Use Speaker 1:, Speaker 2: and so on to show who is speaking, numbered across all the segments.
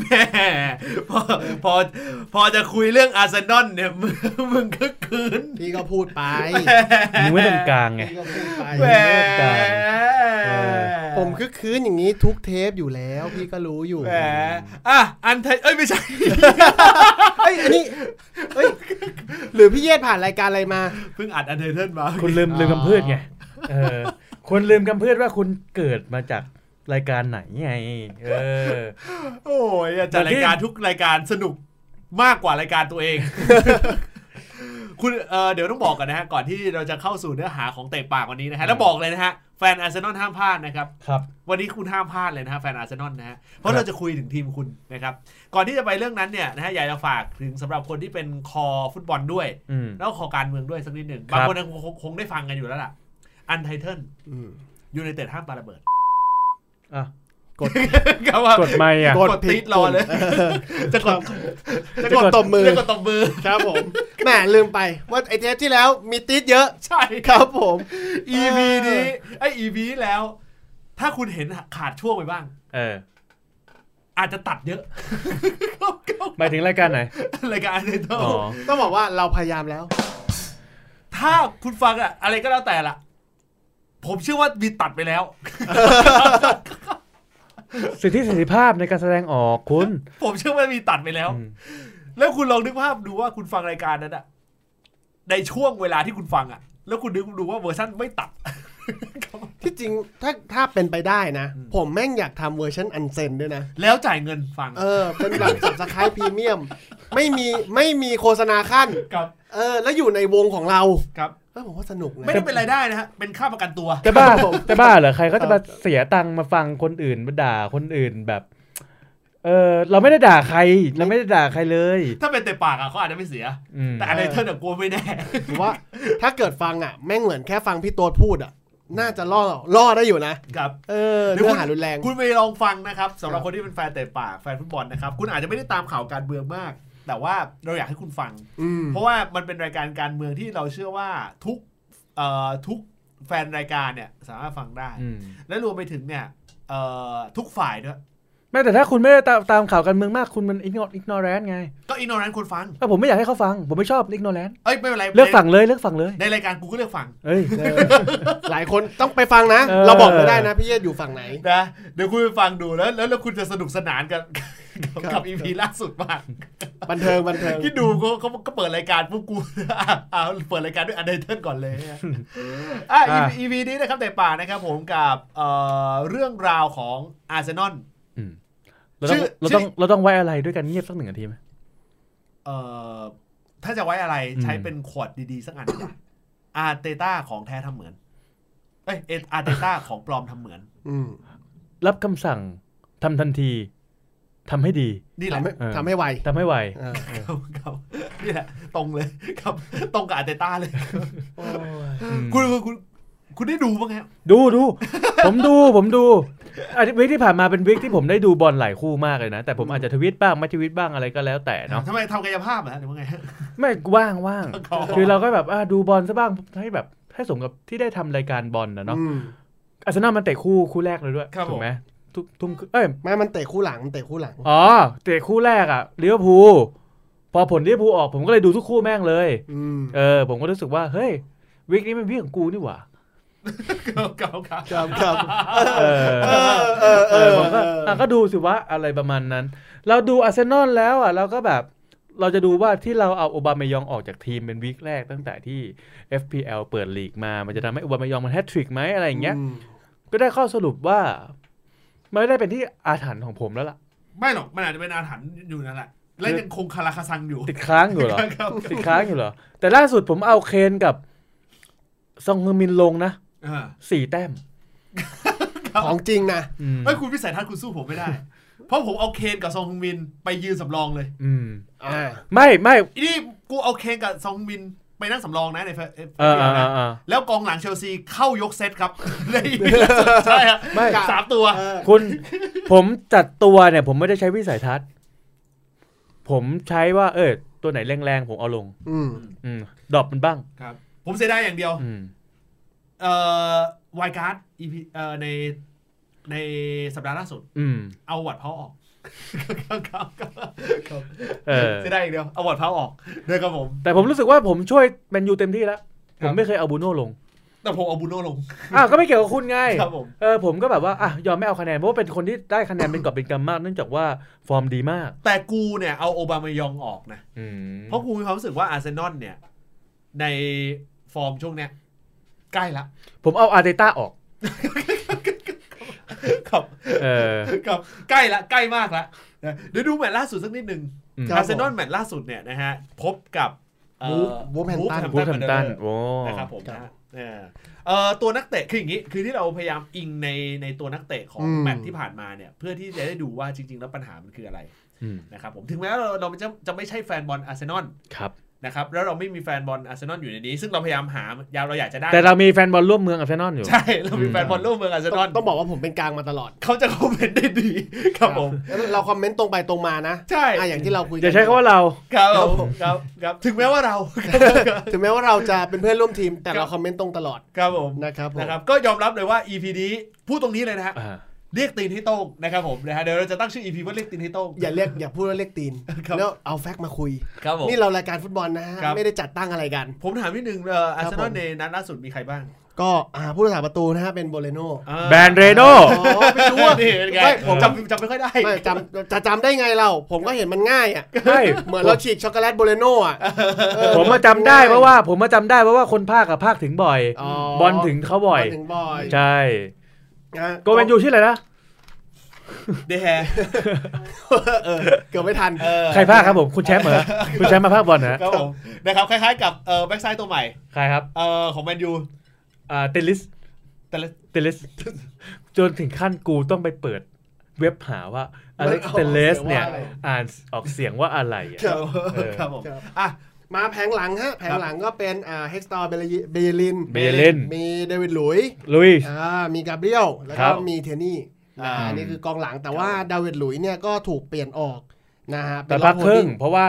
Speaker 1: แม่พอพอพอจะคุยเรื่องอาร์เซนอลเนี่ยมึงมึงก็คืน
Speaker 2: พี่ก็พูดไป
Speaker 3: มึงไม่ตรงกลางไง
Speaker 2: พี่ก็พูดไป
Speaker 1: แหม
Speaker 3: เอ
Speaker 2: ผมคึกคืนอย่างนี้ทุกเทปอยู่แล้วพี่ก็รู้อยู่
Speaker 1: แหมอ่ะอันเทเอ้ยไม่ใช่
Speaker 2: เอ้ยอันนี้เอ้ยหรือพี่เยศผ่านรายการอะไรมา
Speaker 1: เพิ่งอัดอันเทอร์เทิลมา
Speaker 3: คุณลืม
Speaker 2: อ๋อ
Speaker 3: ลืมกำพืชไงเออคุณลืมกำพืชว่าคุณเกิดมาจากรายการไหนไง เออ
Speaker 1: โอ้ยอ่ะจัดรายการทุกรายการสนุกมากกว่ารายการตัวเอง คุณเอ่อเดี๋ยวต้องบอกกันนะฮะ ก่อนที่เราจะเข้าสู่เนื้อหาของเตะปากวันนี้นะฮะ แล้วบอกเลยนะฮะ แฟนอาร์เซนอลห้ามพลาดนะครับ
Speaker 3: ครับ
Speaker 1: วันนี้คุณห้ามพลาดเลยนะฮะแฟนอาร์เซนอลนะฮะ เพราะเราจะคุยถึงทีมคุณนะครับ ก่อนที่จะไปเรื่องนั้นเนี่ยนะฮะอยากจะฝากถึงสำหรับคนที่เป็นคอฟุตบอลด้วย
Speaker 3: อืม
Speaker 1: แล้วก็คอการเมืองด้วยสักนิดหนึ่ง
Speaker 3: ครับ
Speaker 1: บางคนคงคงคงได้ฟังกันอยู่แล้วล่ะอันไทเทิล
Speaker 2: อืม
Speaker 1: ยูไนเต็ดห้ามปาระเบิด
Speaker 3: อ่ะ
Speaker 1: ก็ว่าก
Speaker 3: ดไม่อ่ะ
Speaker 1: กดติดรอเลย จะกด
Speaker 2: จะกดตบมือ
Speaker 1: จะกดตบมือ
Speaker 2: ครับผมแหมลืมไปว่าไอเทปที่แล้วมีติดเยอะ
Speaker 1: ใช่ค
Speaker 2: ครับ รับผม
Speaker 1: EP นี้ไอ EP นี้แล้ว ถ้าคุณเห็นขาดช่วงไปบ้าง
Speaker 3: เออ
Speaker 1: อาจจะตัดเยอะ
Speaker 3: หมายถึงรายการไหน
Speaker 1: รายการอันไทเทิล
Speaker 3: อ๋อ
Speaker 2: ต้องบอกว่าเราพยายามแล้ว
Speaker 1: ถ้าคุณฟังอะอะไรก็แล้วแต่ละผมเชื่อว่ามีตัดไปแล้ว
Speaker 3: สิทธิเสรีภาพในการแสดงออกคุณ
Speaker 1: ผมเชื่อว่ามีตัดไปแล้ว
Speaker 3: อืม
Speaker 1: แล้วคุณลองนึกภาพดูว่าคุณฟังรายการนั้นอะในช่วงเวลาที่คุณฟังอะแล้วคุณนึกดูว่าเวอร์ชันไม่ตัด
Speaker 2: ที่จริงถ้าถ้าเป็นไปได้นะ
Speaker 1: อืม
Speaker 2: ผมแม่งอยากทำเวอร์ชันอันเซนด้วยนะ
Speaker 1: แล้วจ่ายเงินฟัง
Speaker 2: เออ เป็นแบบสับสคายพรีเมียม ไม่มีไม่มีโฆษณาขั้น
Speaker 1: ครับ
Speaker 2: เออ แล้วอยู่ในวงของเรา
Speaker 1: ครับ
Speaker 2: เออผมว่าสนุกนะ
Speaker 1: ไม่ได้เป็นรายได้นะฮะเป็นค่าประกันตัว
Speaker 3: จะบ้า
Speaker 2: ครับผม
Speaker 3: จะบ้าเหรอ ใครก็จะมาเสียตังค์มาฟังคนอื่นมาด่าคนอื่นแบบ เออเราไม่ได้ด่าใคร เราไม่ได้ด่าใครเลย
Speaker 1: ถ้าเป็นเตะปากอะเขาอาจจะไม่เสีย
Speaker 3: อืม
Speaker 1: แต่อะไรเธอเนี่ยกลัวไม่ แน่
Speaker 2: ผมว่า ถ้าเกิดฟังอ่ะ แม่งเหมือนแค่ฟังพี่โต๊ดพูดอ่ะ น่าจะล่อล่อได้อยู่นะ
Speaker 1: ครับ
Speaker 2: เออ
Speaker 1: หรือ
Speaker 2: เนื้อหารุนแรง
Speaker 1: คุณไปลองฟังนะครับสำหรับคนที่เป็นแฟนเตะปากแฟนฟุตบอลนะครับ คุณอาจจะไม่ได้ตามข่าวการเมืองมาก แต่ว่าเราอยากให้คุณฟัง
Speaker 2: อืม
Speaker 1: เพราะว่ามันเป็นรายการการเมืองที่เราเชื่อว่าทุกเอ่อทุกแฟนรายการเนี่ยสามารถฟังได้
Speaker 3: อืม
Speaker 1: และรวมไปถึงเนี่ยเอ่อทุกฝ่ายด้วย
Speaker 3: แม้แต่ถ้าคุณไม่ได้ตามตามข่าวการเมืองมากคุณมันอิกนออิกนอแรนไง
Speaker 1: ก็อินโนนั้นคนฟัง
Speaker 3: ถ้าผมไม่อยากให้เขาฟัง ผมไม่ชอบอิกนอแรน
Speaker 1: เอ้ยไม่เป็นไร
Speaker 3: เลือกฝั่งเลยเลือกฝั่งเลย
Speaker 1: ในในรายการกูก็เลือกฝั่ง
Speaker 3: เอ้ย
Speaker 2: เออหลายคนต้องไปฟังนะ
Speaker 3: เออ
Speaker 2: เราบอกไม่ได้นะพี่เยศอยู่ฝั่งไหน
Speaker 1: นะเดี๋ยวคุณไปฟังดูแล้วแล้วแล้วคุณจะสนุกสนานกับกับ
Speaker 2: ครับ
Speaker 1: กับอีพีล่าสุดมาก
Speaker 2: บันเทิงบันเทิง
Speaker 1: คิดดูเขาเขาก็เปิดรายการพวกกู อ่ะเอาเปิดรายการด้วยอันเดอร์เทิก่อนเลยอ่ะ
Speaker 3: อ่ะ
Speaker 1: อีพีนี้นะครับแต่ป่านะครับผมกับเอ่อเรื่องราวของอาร์เซนอล
Speaker 3: อืมเราต้อง
Speaker 1: ชื่อ
Speaker 3: เราต้อง
Speaker 1: ชื่อ
Speaker 3: เราต้องไว้อะไรด้วยกันเงียบสักหนึ่งนาทีไหม
Speaker 1: เอ่อถ้าจะไว้อะไรใช้
Speaker 3: อืม
Speaker 1: เป็นขวดดีๆ สักอันนะอา ร์เตต้าของแท้ทำเหมือนเอ้ยเอ็ดอาร์เตต้าของปลอมทำเหมือน
Speaker 2: อืม
Speaker 3: รับคำสั่งทำทันทีทำให้ดี
Speaker 1: นี่แหละ
Speaker 2: ทำให้
Speaker 3: เออ
Speaker 2: ทำให้ไว
Speaker 3: ทำให้ไว
Speaker 2: เออ
Speaker 1: ครับครับ นี่แหละตรงเลยครับ ตรงกับอาร์เตต้าเลย
Speaker 2: โอ้ย
Speaker 1: คุณคุณคุณคุณได้ดูบ้างฮะ
Speaker 3: ดูดู ผมดูผมดูอาทิตย์วิกที่ผ่านมาเป็นวิกที่ผมได้ดูบอลหลายคู่มากเลยนะ แต่ผมอาจจะทวิตบ้างไม่ทวิตบ้างอะไรก็แล้วแต่ เนาะ
Speaker 1: ทำไมทำกายภาพเหรอฮะหรือว่าไงฮะ
Speaker 3: ไม่ว่างว่างคือเราก็แบบอ่ะดูบอลซะบ้างให้แบบให้สมกับที่ได้ทำรายการบอลนะเนาะ
Speaker 2: อืม
Speaker 3: อาร์เซนอลมันเตะคู่คู่แรกเลยด้วย
Speaker 1: ครับผม
Speaker 3: ถูกไหมทุ่มทุ่มเอ้ย
Speaker 2: ไม่มันเตะคู่หลังมันเตะคู่หลัง
Speaker 3: อ๋อเตะคู่แรกอะลิเวอร์พูลพอผลลิเวอร์พูลออกผมก็เลยดูทุกคู่แม่งเลย
Speaker 2: อืม
Speaker 3: เออผมก็รู้สึกว่าเฮ้ยวิกนี้เป็นวิกของกูนี่หว่า
Speaker 1: ครับครับครับ
Speaker 2: ครับครับ
Speaker 3: เออ
Speaker 2: เออเออ
Speaker 3: เอ
Speaker 2: เอ
Speaker 3: อ
Speaker 2: อ
Speaker 3: ผมก็อ่ะก็ดูสิว่าอะไรประมาณนั้น เราดูอาร์เซนอลแล้วอ่ะเราก็แบบเราจะดูว่าที่เราเอาโอบามายองออกจากทีมเป็นวีคแรกตั้งแต่ที่ FPL เปิดลีกมา มันจะทำให้โอบามายองมันแฮตทริกไหมอะไรอย่างเงี้ย
Speaker 2: อืม
Speaker 3: ก็ได้ข้อสรุปว่า ไม่ได้เป็นที่อาถรรพ์ของผมแล้วล่ะ
Speaker 1: ไม่หรอกมันอาจจะเป็นอาถรรพ์อยู่นั่นแหละและยังคงคาราคาซังอยู่
Speaker 3: ติดค้างอยู่เหรอ
Speaker 1: ครับ
Speaker 3: ติดค้างอยู่เหรอ แต่ล่าสุดผมเอาเคนกับซองฮึมินลงนะ
Speaker 1: อ่า
Speaker 3: สี่แต้ม
Speaker 2: ของจริงนะ
Speaker 3: อืม
Speaker 1: เอ้ยคุณวิสัยทัศน์คุณสู้ผมไม่ได้ เพราะผมเอาเคนกับซองฮงมินไปยืนสำรองเลย
Speaker 3: อืม
Speaker 2: อ่า
Speaker 3: ไม่ไม่
Speaker 1: อีนี่กูเอาเคนกับซองฮงมินไปนั่งสำรองนะในเฟเอฟ
Speaker 3: เออเออเออเออ
Speaker 1: แล้วกองหลังเชลซีเข้ายกเซตครับ ในใช่ฮะ
Speaker 3: ไม่
Speaker 1: สามตัว
Speaker 2: เออ
Speaker 3: คุณ ผมจัดตัวเนี่ย ผมไม่ได้ใช้วิสัยทัศน์ ผมใช้ว่า เออ ตัวไหนแรงๆ ผมเอาลง
Speaker 2: อืม
Speaker 3: อืมดรอปมันบ้าง
Speaker 1: ครับผมเสียดายอย่างเดียว
Speaker 3: อืม
Speaker 1: เอ่อวายการ์ดอีพีเอ่อในในสัปดาห์ล่าสุด
Speaker 3: อืม
Speaker 1: เอาหวัดเพาออก ครับครับครับ
Speaker 3: เออ
Speaker 1: เสียดายอีกเดียวเอาบอดเท้าออกเด้วยครับผม
Speaker 3: แต่ผมรู้สึกว่าผมช่วยแมนยูเต็มที่แล้ว
Speaker 1: ค
Speaker 3: ผ
Speaker 1: รับ
Speaker 3: มไม่เคยเอาบูโน่ลง
Speaker 1: แต่ผมเอาบูโน่ลง
Speaker 3: อ้าวก็ไม่เกี่ยวกับคุณไง
Speaker 1: ครับผม
Speaker 3: เออผมก็แบบว่าอ่ะยอมไม่เอาคะแนนเพราะว่าเป็นคนที่ได้คะแนนเป็นกอบเป็นก ำมากเนื่องจากว่าฟอร์มดีมาก
Speaker 1: แต่กูเนี่ยเอาโอบามายองออกนะ เพ
Speaker 3: เพราะ
Speaker 1: ราะกูมีความรู้สึกว่าอาร์เซนอลเนี่ย ในฟอร์มช่วงเนี้ยใกล้ละ
Speaker 3: ผมเอาอาร์เตต้าออก
Speaker 1: ครับ
Speaker 3: เออ
Speaker 1: ครับใกล้ละใกล้มากละนะเดี๋ยวดูแมตช์ล่าสุดสักนิดนึง
Speaker 3: อืม
Speaker 1: อาร์เซนอลแมตช์ล่าสุดเนี่ยนะฮะ พบกับเอ่อ
Speaker 2: Wolverhampton
Speaker 1: Wolverhampton
Speaker 3: วูแฮมตัน
Speaker 1: Wanderers
Speaker 3: โอ้
Speaker 1: นะครับผม
Speaker 2: ครับ
Speaker 1: นะฮะเออเอ่อตัวนักเตะคืออย่างนี้ คือที่เราพยายามอิงในในตัวนักเตะของ
Speaker 2: อืม
Speaker 1: แมตช์ที่ผ่านมาเนี่ย เพื่อที่จะได้ดูว่าจริง ๆ แล้วปัญหามันคืออะไร
Speaker 3: อืม
Speaker 1: นะครับผมถึงแม้เราเราจะจะไม่ใช่แฟนบอลอาร์เซนอล
Speaker 3: ครับ
Speaker 1: นะครับแล้วเราไม่มีแฟนบอลอาร์เซนอลอยู่ในนี้ ซึ่งเราพยายามหายาวเราอยากจะได้
Speaker 3: แต่เรามีแฟนบอลร่วมเมืองอาร์เซนอลอยู่
Speaker 1: ใช่เรามีแฟนบอลร่วมเมืองอาร์เซนอล
Speaker 2: ต้องบอกว่าผมเป็นกลางมาตลอด
Speaker 1: เขาจะคอมเมนต์ได้ดีครับผม
Speaker 2: แล้วเราคอมเมนต์ตรงไปตรงมานะ
Speaker 1: ใช่
Speaker 2: อ่ะอย่างที่เราคุยกั
Speaker 3: อย่าใช้คำว่าเรา
Speaker 1: ครับผมครับครับถึงแม้ว่าเรา
Speaker 2: ถึงแม้ว่าเราจะเป็นเพื่อนร่วมทีม แต่เราคอมเมนต์ตรงตลอด
Speaker 1: ครับผม
Speaker 2: นะครับผม
Speaker 1: นะครับก็ยอมรับเลยว่า EP นี้พูดตรงนี้เลยนะฮะ
Speaker 3: อ่า
Speaker 1: เรียกตีนให้โต้งนะครับผมนะฮะเดี๋ยวเราจะตั้งชื่อ EP ว่าเรียกตีนให้โต้ง
Speaker 2: อย่าเรียกอย่าพูดว่าเรียกตีน
Speaker 1: ครับ
Speaker 2: แล้วเอาแฟกต์มาคุย
Speaker 1: ครับผม
Speaker 2: นี่เรารายการฟุตบอลนะฮะ
Speaker 1: ครับ
Speaker 2: ไม่ได้จัดตั้งอะไรกัน
Speaker 1: ผมถามนิดนึงเอ่ออาร์เซนอ
Speaker 2: ครับ
Speaker 1: ล
Speaker 2: ผม
Speaker 1: ในนัดล่าสุดมีใครบ้าง
Speaker 2: ก็อ่าผู้รักษาประตูนะฮะเป็นโบเลโน
Speaker 1: อ่า
Speaker 3: แบรนด์เรโน
Speaker 2: อ๋อไม่รู้ว่า
Speaker 1: นี่เป็นไง
Speaker 2: ไม่ผม
Speaker 1: จำจำไม่ค่อยได้
Speaker 2: ไม่จำจะจำได้ไงเรา ผมก็เห็นมันง่ายอ่ะ
Speaker 3: ใช่
Speaker 2: เหมือนเราฉีกช็อกโกแลตโบเลโนอ่ะเออ
Speaker 3: ผมมาจำได้เพราะว่า ผมมาจำได้เพราะว่าคนภาคกับภาคถึงบ่อย
Speaker 2: อ๋อบ
Speaker 3: อลถึงเขาบ่อย
Speaker 2: บลถึงบ่อย
Speaker 3: ใช่
Speaker 2: นะ
Speaker 3: โกเวนยูชื่ออะไรนะ
Speaker 1: เดแฮ
Speaker 2: เออเกือบไม่ทัน
Speaker 1: เออ
Speaker 3: ใครภาคครับผม คุณแชมป์เหรอ คุณแชมป์มาภาคบอลนะครับ
Speaker 1: ผมนะครับคล้ายๆ กับเอ่อแบ็กไซด์ตัวใหม่
Speaker 3: ใครครับ
Speaker 1: เอ่อของแมนยู
Speaker 3: อ่าเตลิส
Speaker 1: แต่ละ
Speaker 3: เตลิส จนถึงขั้นกูต้องไปเปิดเว็บหาว่าอเล็ก
Speaker 2: มันออก
Speaker 3: เตเลส
Speaker 2: เสียงว่า
Speaker 3: เนี่ย
Speaker 2: อะไร
Speaker 3: อ่านออกเสียงว่าอะไรอะ
Speaker 1: ครับ
Speaker 3: เออ
Speaker 1: ครับผม
Speaker 2: ครับ
Speaker 1: อ่ะ
Speaker 2: มาแผงหลังฮะ แผงหลังก็เป็นอ่าเฮกสตอร์เบลลิน
Speaker 3: เบเลน
Speaker 2: มีเดวิดหลุยส์
Speaker 3: ลุย
Speaker 2: อ่ามีกาเบรียลแล้ว
Speaker 3: ครั
Speaker 2: ก็
Speaker 3: บ
Speaker 2: มีเทนี่อ่า
Speaker 1: อืม
Speaker 2: อันนี้คือกองหลังแต่ว่าดาวิดหลุยส์เนี่ยก็ถูกเปลี่ยนออกนะฮะ
Speaker 3: แต่
Speaker 2: น
Speaker 3: พักครึ่ง
Speaker 2: โฮด
Speaker 3: เพราะว่า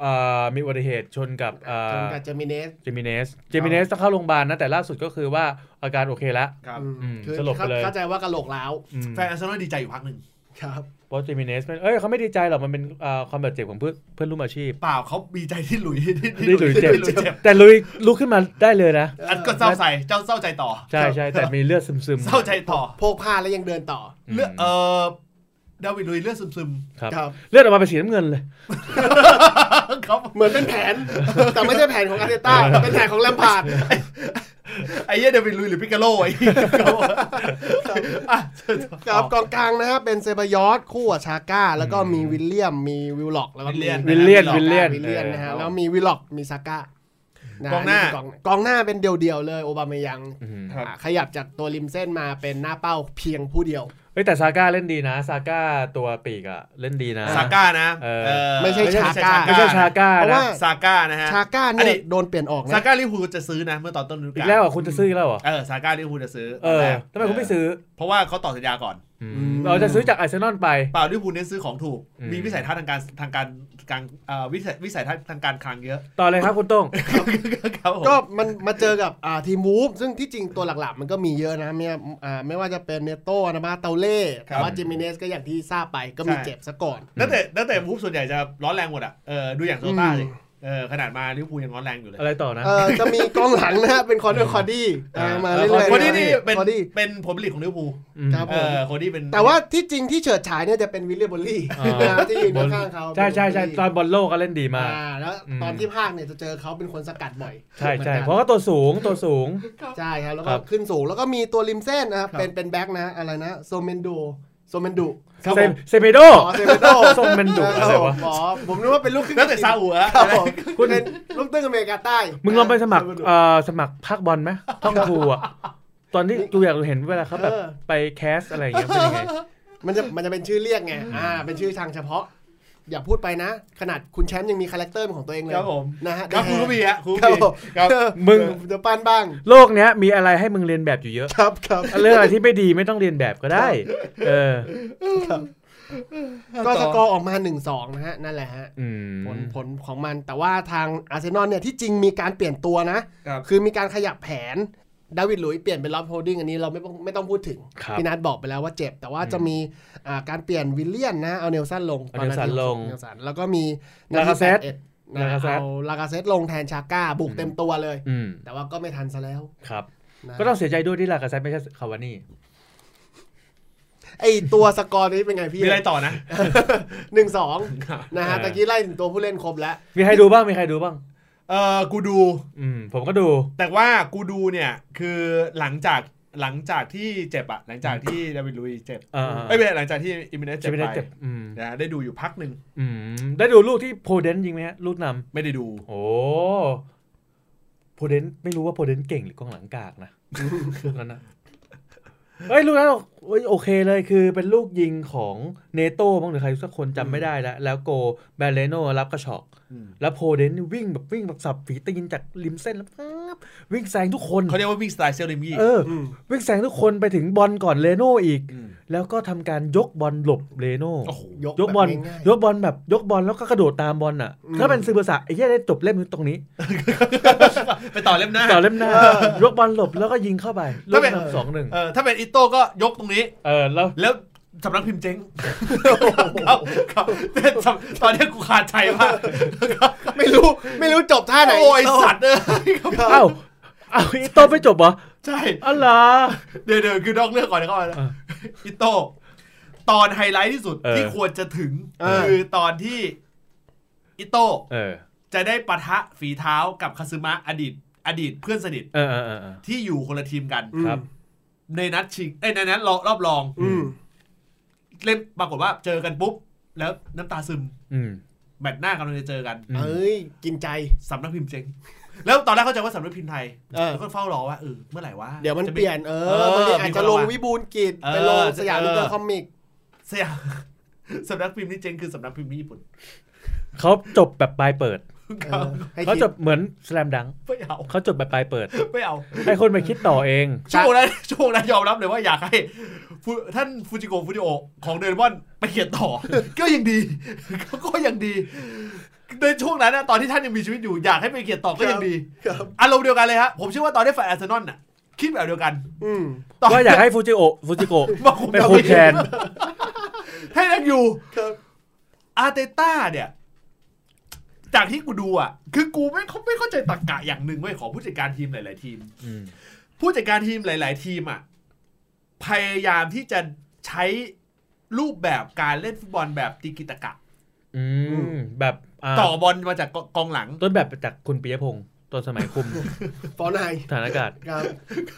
Speaker 3: เอ่อมีอุบัติเหตุชนกับเอ่
Speaker 2: ดิ้งจน
Speaker 3: อ
Speaker 2: กับเจมิเนส
Speaker 3: เจมิเนส เจมิเนสต้องเข้าโรงพยาบาลนะ แต่ล่าสุดก็คือว่าอาการโอเคแล้ว
Speaker 1: ครับ
Speaker 2: อืม
Speaker 3: อืม
Speaker 2: คือ
Speaker 3: สลบไปเลย
Speaker 2: เข้าใจว่ากระโหลกล้าว
Speaker 3: อืม
Speaker 1: แฟนอาร์เซนอลดีใจอยู่พักหนึ่ง
Speaker 2: ครับ
Speaker 3: เพราะเจมิเนสมันเอ้ยเขาไม่ดีใจหรอกมันเป็นเอ่อความบาดเจ็บของเพื่อนเพื่อนร่วมอาชีพ
Speaker 1: เปล่าเขาดีใจที่หลุยที่ที่
Speaker 3: ที่หลุยเจ็บ
Speaker 1: ที่หลุยเจ็บ
Speaker 3: แต่ลุยลุกขึ้นมาได้เลยนะ
Speaker 1: อันก็เศร้าใจเจ้าเศร้าใจต่อ
Speaker 3: ใช่ใช่แต่มีเลือดซึมๆ
Speaker 1: เศร้าใจต่อ
Speaker 2: โพกผ้าแล้วยังเดินต่อ
Speaker 1: เลือดเอ่อดาวิดลุยเลือดซึม
Speaker 3: ครับ
Speaker 2: ครับ
Speaker 3: เลือดออกมาเป็นสีน้ำเงินเลย
Speaker 1: ๆครับ
Speaker 2: เหมือนเป็นแผน แต่ไม่ใช่แผนของอาร์เต ต้าเป็นแผนของแลมพาร์ด
Speaker 1: ไอ้เหี้ยดาวิดลุยหรือปิกาโลไอ้ เหี้ยครับผมอ่ะเชิญต่อ
Speaker 2: ครับกองกลางนะครับเป็นเซบายอสคู่กับชาก้า แล้วก็มีวิลเลียมมีวิลล็อกแล้วก็
Speaker 1: วิลเลียน
Speaker 3: วิลเลียนวิลเลียน
Speaker 2: วิลเลียนนะฮะ
Speaker 3: เออ
Speaker 2: แล้วมีวิลล็อกมีซาก้านะ
Speaker 1: กองหน้า
Speaker 2: คืกองหน้าเป็นเดี่ยวๆเลยโอบาเมยัง
Speaker 3: อืม
Speaker 1: ครับ
Speaker 2: อ่ะขยับจากตัวริมเส้นมาเป็นหน้าเป้าเพียงผู้เดียว
Speaker 3: เอ้ยแต่ซาก้าเล่นดีนะซาก้าตัวปีกอะเล่นดีนะ
Speaker 1: ซาก้านะ
Speaker 3: เออ
Speaker 1: เอ่อ
Speaker 2: ไม่ใช่ชาก้า
Speaker 3: ไม่ใช่ชาก้า
Speaker 2: เพราะ
Speaker 3: นะ
Speaker 2: ว่า
Speaker 1: ซาก้านะฮะ
Speaker 2: ชาก้า
Speaker 1: อันนี้
Speaker 2: เนี่ยโดนเปลี่ยนออก
Speaker 1: ซา
Speaker 2: นะ
Speaker 1: ก้าลิเวอร์พูลจะซื้อนะ เมื่อตอนต้นฤดูกาล
Speaker 3: อีกแล้วอ่ะคุณจะซื้ออีกแล้วเหรอ
Speaker 1: เออซาก้าลิเวอร์พูลจะซื้อ
Speaker 3: เออทำไมคุณไม่ซื้อ
Speaker 1: เพราะว่าเขาต่อสัญญาก่อน
Speaker 3: อืมเราจะซื้อจากไอเซนอลไป
Speaker 1: เปล่าลิเวอร์พูลเน้นซื้อของถูก
Speaker 3: อืม
Speaker 1: มีวิสัยทัศน์ทางการทางการทางเอ่อวิสัยวิสัยทัศน์ทางการคลังเยอะ
Speaker 3: ต่อเลยครับคุณโต้ง
Speaker 1: ครับผม
Speaker 2: ก็มันมาเจอกับอ่าทีมวูฟซึ่งที่จริงตัวหลักๆ มันก็มีเยอะนะเนี่ยอ่าไม่ว่าจะเป็นเนโตนะมาเตาเล่แต่ว่าเจมิเนสก็อย่างที่ทราบไปก็มีเจ็บซะก่อน
Speaker 1: นักเตะนักเตะมูฟส่วนใหญ่จะร้อนแรงหมดอ่ะเออดูอย่างโซต้า
Speaker 2: อืม
Speaker 1: สิเออขนาดมาลิเวอร์พูลยังร้อนแรงอยู่เลย
Speaker 3: อะไรต่อนะ
Speaker 2: เออจะมีกองหลังนะฮะเป็นคอนเดอร์คอดี้
Speaker 3: อ่าม
Speaker 2: มาเรื่อยๆ
Speaker 1: คนนี้นี่เป็น
Speaker 2: คอดี้
Speaker 1: เป็นผลผลิตของลิเวอร์พูล
Speaker 3: ม
Speaker 2: ครับ
Speaker 1: เออคนนี้เป็น
Speaker 2: แต่ว่าที่จริงที่เฉิดฉายเนี่ยจะเป็นวิลเลียมบอลลี่
Speaker 3: อ๋อ
Speaker 2: นะที่ยืนข้างๆเขา
Speaker 3: ใช่ใช่ใช่ตอนบอลโลกก็เล่นดีมาก
Speaker 2: อ่าแล้วตอนที่ภาคเนี่ยจะเจอเขาเป็นคนสกัดบ่อย
Speaker 3: ใช่ใช่
Speaker 2: หมือนกัน
Speaker 3: เพราะว่าตัวสูงตัวสูง
Speaker 2: ใช่ครับ แล้ว
Speaker 3: ค
Speaker 2: ก็
Speaker 3: รับ
Speaker 2: ขึ้นสูงแล้วก็มีตัวริมเส้นนะครับ
Speaker 3: ครับ
Speaker 2: เป็นเป็นแบ็กนะอะไรนะโซเมนโดโซเมนดุ
Speaker 1: ครับ
Speaker 3: เซ
Speaker 1: ผม
Speaker 3: เซเมโด
Speaker 2: อ๋อเซเมนโด
Speaker 3: ทรงมันดุ
Speaker 2: ค
Speaker 3: อะไร
Speaker 2: รับผม
Speaker 3: วะ
Speaker 2: อ๋อผมนึกว่าเป็นลูกครึ่ง
Speaker 1: นักเตะซาอุอะ
Speaker 2: ครับผมคุณเป็นลูกตึ้งอเมริกาใต้
Speaker 3: มึงลองไปสมัคร
Speaker 2: โนดุ
Speaker 3: เอ่อสมัครภาคบอลไหมท่องครูอ่ะ ตอนที่กูอยากเห็นเวลาเขาแบบ
Speaker 2: เออ
Speaker 3: ไปแคสอะไรอย่างเงี้ยเป็นยังไง
Speaker 2: มันจะมันจะเป็นชื่อเรียกไงอ่าเป็นชื่อทางเฉพาะ อย่าพูดไปนะ ขนาดคุณแชมป์ยังมีคาแรคเตอร์เป็นของตัวเองเลย
Speaker 1: ครับผม
Speaker 2: นะฮะ
Speaker 1: ครับครูก็มีฮะครู
Speaker 2: ครั
Speaker 1: ก็
Speaker 2: บ
Speaker 1: มี
Speaker 2: ผม
Speaker 1: ครับ
Speaker 2: เออ
Speaker 3: มึง
Speaker 2: เดี๋ยวปานบ้าง
Speaker 3: โลกเนี้ยมีอะไรให้มึงเรียนแบบอยู่เยอะ
Speaker 2: ครับครับ
Speaker 3: เรื่องอะไรที่ไม่ดีไม่ต้องเรียนแบบก็ได้ เออ
Speaker 2: ก็สกอร์ออกมา 1-2 นะฮะ นั่นแหละฮะ
Speaker 3: อืม
Speaker 2: ผลผลของมันแต่ว่าทางอาร์เซนอลเนี่ยที่จริงมีการเปลี่ยนตัวนะ
Speaker 1: ครับ
Speaker 2: คือมีการขยับแผน ดาวิดหลุยส์เปลี่ยนเป็นล็อบโฮลดิ้งอันนี้เราไม่ต้องไม่ต้องพูดถึง
Speaker 3: ครับ
Speaker 2: พี่นัทบอกไปแล้วว่าเจ็บ แต่ว่า
Speaker 3: อืม
Speaker 2: จะมีอ่าการเปลี่ยนวิลเลียนนะเอาเนลสันลง
Speaker 3: เอาเนลสันลง
Speaker 2: เนลสันแล้วก็มี
Speaker 3: ลากาเซ็ต
Speaker 2: นที81นะ
Speaker 3: ลากาเซ็ต
Speaker 2: เอาลากาเซตลงแทนชาก้าบุกเต็มตัวเลย
Speaker 3: อืม
Speaker 2: แต่ว่าก็ไม่ทันซะแล้ว
Speaker 3: ครับ
Speaker 2: นะ
Speaker 3: ก็ต้องเสียใจด้วยที่ลากาเซตไม่ใช่คาวานี่
Speaker 2: ไอตัวสกอร์นี้เป็นไงพี่
Speaker 1: มีอะไรต่อนะ
Speaker 2: หนึ่งสองนะฮะ
Speaker 3: อ่า
Speaker 2: ตะกี้ไล่ถึงตัวผู้เล่นครบแล้ว
Speaker 3: มีใครดูบ้างมีใครดูบ้าง
Speaker 1: เออกูดู
Speaker 3: อืม ผมก็ดู
Speaker 1: แต่ว่ากูดูเนี่ยคือหลังจากหลังจากที่เจ็บอะหลังจากที่ดาวิดลุยส์เจ็บ
Speaker 3: เออ
Speaker 1: เอ้ยไม่ใช่หลังจากที่อิมิเนส
Speaker 3: ใช่
Speaker 1: เจ็บ
Speaker 3: ไม่
Speaker 1: ไป
Speaker 3: ได้เจ็บอืม
Speaker 1: นะได้ดูอยู่พักหนึ่ง
Speaker 3: อืมได้ดูลูกที่โพเดนจริงไหมฮะลูกนำ
Speaker 1: ไม่ได้ดู
Speaker 3: โอ้โพเดนไม่รู้ว่าโพเดนเก่งหรือกองหลังกากนะ ลูกนั้นนะเอ้ยลูกนั้นโอ้ยโอเคเลยคือเป็นลูกยิงของเนโต้บ้างหรือใครสักคนจำไม่ได้แล้ว แล้วโกแบเลโนรับกระชอก
Speaker 1: อืม
Speaker 3: แล้วโพเดนนี่วิ่งแบบวิ่งแบบสับฝีตีนจากริมเส้นแล้วปั๊บวิ่งแซงทุกคน
Speaker 1: เขาเรียกว่าวิ่งสไตล์เซลลิมี่
Speaker 3: เอออ
Speaker 2: ม
Speaker 3: วิ่งแซงทุกคนไปถึงบอลก่อนเลโน่อีก
Speaker 1: ม
Speaker 3: แล้วก็ทำการยกบอลหลบเลโน่
Speaker 1: โอ้โห
Speaker 3: ยกบอล
Speaker 2: แง่าย
Speaker 3: ยกบอลแบบยกบอลแล้วก็กระโดดตามบอลอ่ะ
Speaker 2: อืม
Speaker 3: ถ้าเป็นซื้อภาษาไอ้เหี้ยได้จบเล่มตรงนี้
Speaker 1: ไปต่อเล่มหน้า
Speaker 3: ต่อเล่มหน้ายกบอลหลบแล้วก็ยิงเข้าไปลู
Speaker 1: ถ้าก เป็น
Speaker 3: นำสองหนึ่ง
Speaker 1: เออถ้าเป็นอิโต้ก็ยกตรงนี้
Speaker 3: เออแล้ว
Speaker 1: แล้วสำนักพิมพ์เจ๊งครับครับ แต่สำตอนนี้กูขาดใจมาก
Speaker 2: ไม่รู้ไม่รู้จบท่าไหน
Speaker 1: โอ้ยสัตว์เอ้ ย
Speaker 3: เอ้าเอ้าอีโต้ไม่จบเหรอ
Speaker 1: ใช่
Speaker 3: อ๋อเหรอ
Speaker 1: เดี๋ยวเดี๋ยวคือนอกเรื่องก่อนนะเข้ามานะ
Speaker 3: เออ
Speaker 1: อิโต้ตอนไฮไลท์ที่สุด
Speaker 3: เออ
Speaker 1: ที่ควรจะถึง
Speaker 2: เออ
Speaker 1: คือตอนที่อิโต้
Speaker 3: เออ
Speaker 1: จะได้ปะทะฝีเท้ากับคาซึมะอดีต อดีตเพื่อนสนิท
Speaker 3: เออเออเออเออ
Speaker 1: ที่อยู่คนละทีมกัน
Speaker 2: อืม
Speaker 3: ครับ
Speaker 1: ในนัดชิงเอ้ยในนัดรอบรอบรอง
Speaker 2: อืม
Speaker 1: เล่นปรากฏว่าเจอกันปุ๊บ แล้วน้ำตาซึม
Speaker 3: อืม
Speaker 1: แมตช์หน้ากำลังจะเจอกัน
Speaker 3: อืม
Speaker 2: เอ้ยกินใจ
Speaker 1: สำนักพิมพ์เจ๊งแล้วตอนแรกเข้าใจว่าสำนักพิมพ์ไทย
Speaker 2: เออ
Speaker 1: แล้วก็เฝ้ารอว่าเออเมื่อไหร่วะ
Speaker 2: เดี๋ยวมัน
Speaker 1: จะ
Speaker 2: เปลี่ยนเอ
Speaker 1: เออบ
Speaker 2: อางทีอาจจะลง
Speaker 1: มีคนละวัน
Speaker 2: วิบูลย์กิจ
Speaker 1: เออ
Speaker 2: ไปลงสยาม
Speaker 1: เออ
Speaker 2: มิเตอร์คอมิก
Speaker 1: เสีย สำนักพิมพ์ที่เจ๊งคือสำนักพิมพ์ที่ญี่ปุ่น
Speaker 3: เขาจบแบบปลายเปิด
Speaker 2: เออให้
Speaker 3: เขา
Speaker 2: คิด
Speaker 3: จบเหมือนสแลมดัง
Speaker 1: ไม่เอา
Speaker 3: เขาจบแบบปลายเปิด
Speaker 1: ไม่เอา
Speaker 3: ให้คนไปคิดต่อเอง
Speaker 1: ช่วงนั้นช่วงนั้นยอมรับเลยว่าอยากให้ฟูท่านฟูจิโกะฟูจิโอะของเดนมอนไปเขียนต่อ ก็ยังดี ก็ยังดี ในช่วงนั้นนะตอนที่ท่านยังมีชีวิตอยู่อยากให้ไปเขียนต่อก็ยังดี
Speaker 2: ครับ
Speaker 1: อารมณ์เดียวกันเลยฮะผมเชื่อว่าตอนได้ฝ่ายอาร์เซนอลน่ะคิดแบบเดียวกัน
Speaker 2: อืม
Speaker 1: ตน
Speaker 3: ว่าอยากให้ฟูจิโอะฟูจิโกะ
Speaker 1: มาคุม
Speaker 3: เป็น
Speaker 1: เรา
Speaker 3: โค้ชแทน
Speaker 1: ให้ยังอยู่
Speaker 2: ครับ
Speaker 1: อาร์เตต้าเนี่ย จากที่กูดูอ่ะ คือกูไม่เขาไม่เข้าใจตรรกะอย่างหนึ่งเว้ยของผู้จัดการทีมหลายๆทีม
Speaker 3: อืม
Speaker 1: ผู้จัดการทีมหลาย ๆ ทีมอ่ะพยายามที่จะใช้รูปแบบการเล่นฟุตบอลแบบตีกิตะกะ
Speaker 3: อืมแบบา
Speaker 1: ต่อบอลมาจากกองหลัง
Speaker 3: ต้นแบบจากคุณปิยพงศ์ตอนสมัย คุม
Speaker 2: ฟอนไน
Speaker 3: สถานอากาศ
Speaker 2: ครั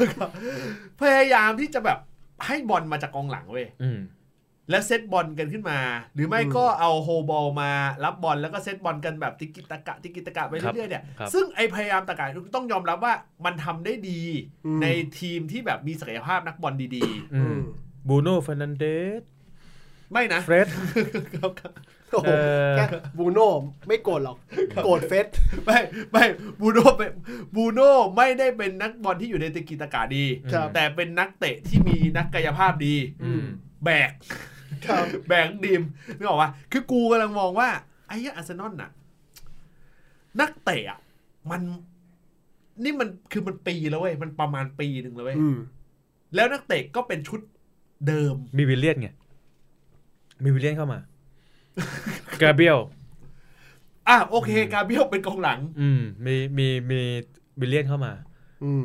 Speaker 2: บ
Speaker 1: พยายามที่จะแบบให้บอลมาจากกองหลังเว้ย
Speaker 3: อืม
Speaker 1: และเซตบอลกันขึ้นมา หรือไม่
Speaker 2: อืม
Speaker 1: ก็เอาโฮบอลมารับบอลแล้วก็เซตบอลกันแบบติกิตะกะติกิตะกะไป
Speaker 3: ครับ
Speaker 1: เรื่อยๆเนี่ย
Speaker 3: ครับ
Speaker 1: ซึ่งไอพยายามตะกะต้องยอมรับว่ามันทำได้ดี
Speaker 2: อืม
Speaker 1: ในทีมที่แบบมีศักยภาพนักบอลดี
Speaker 3: อื
Speaker 2: อืม
Speaker 3: มบูโน่เฟรนันเดส
Speaker 1: ๆ ไม่นะ
Speaker 3: เฟรด
Speaker 2: โอ้โห
Speaker 3: เอ่อ
Speaker 2: แค่บูโน่ไม่โกรธหรอก โกรธเฟส
Speaker 1: ไม่ไม่บูโน่เป็นบูโน่ไม่ได้เป็นนักบอลที่อยู่ในตะกิตะกาดี
Speaker 2: ครับ
Speaker 1: แต่เป็นนักเตะที่มีนักกายภาพดี
Speaker 3: อืม
Speaker 1: แบก
Speaker 2: ครับ
Speaker 1: แบกดีมนึกออกว่า คือกูกำลังมองว่า ไอ้เหี้ยอาร์เซนอลน่ะ นักเตะอะมัน นี่มันคือมันปีแล้วเว้ย มันประมาณปีหนึ่งแล้วเว้ย
Speaker 2: อืม
Speaker 1: แล้วนักเตะก็เป็นชุดเดิม
Speaker 3: มีวิลเลียนไง มีวิลเลียนเข้า มา กาเบียล
Speaker 1: อ่ะโอเค กาเบรียลเป็นกองหลัง
Speaker 3: อืม มีมีมีวิลเลียนเข้ามา
Speaker 2: อืม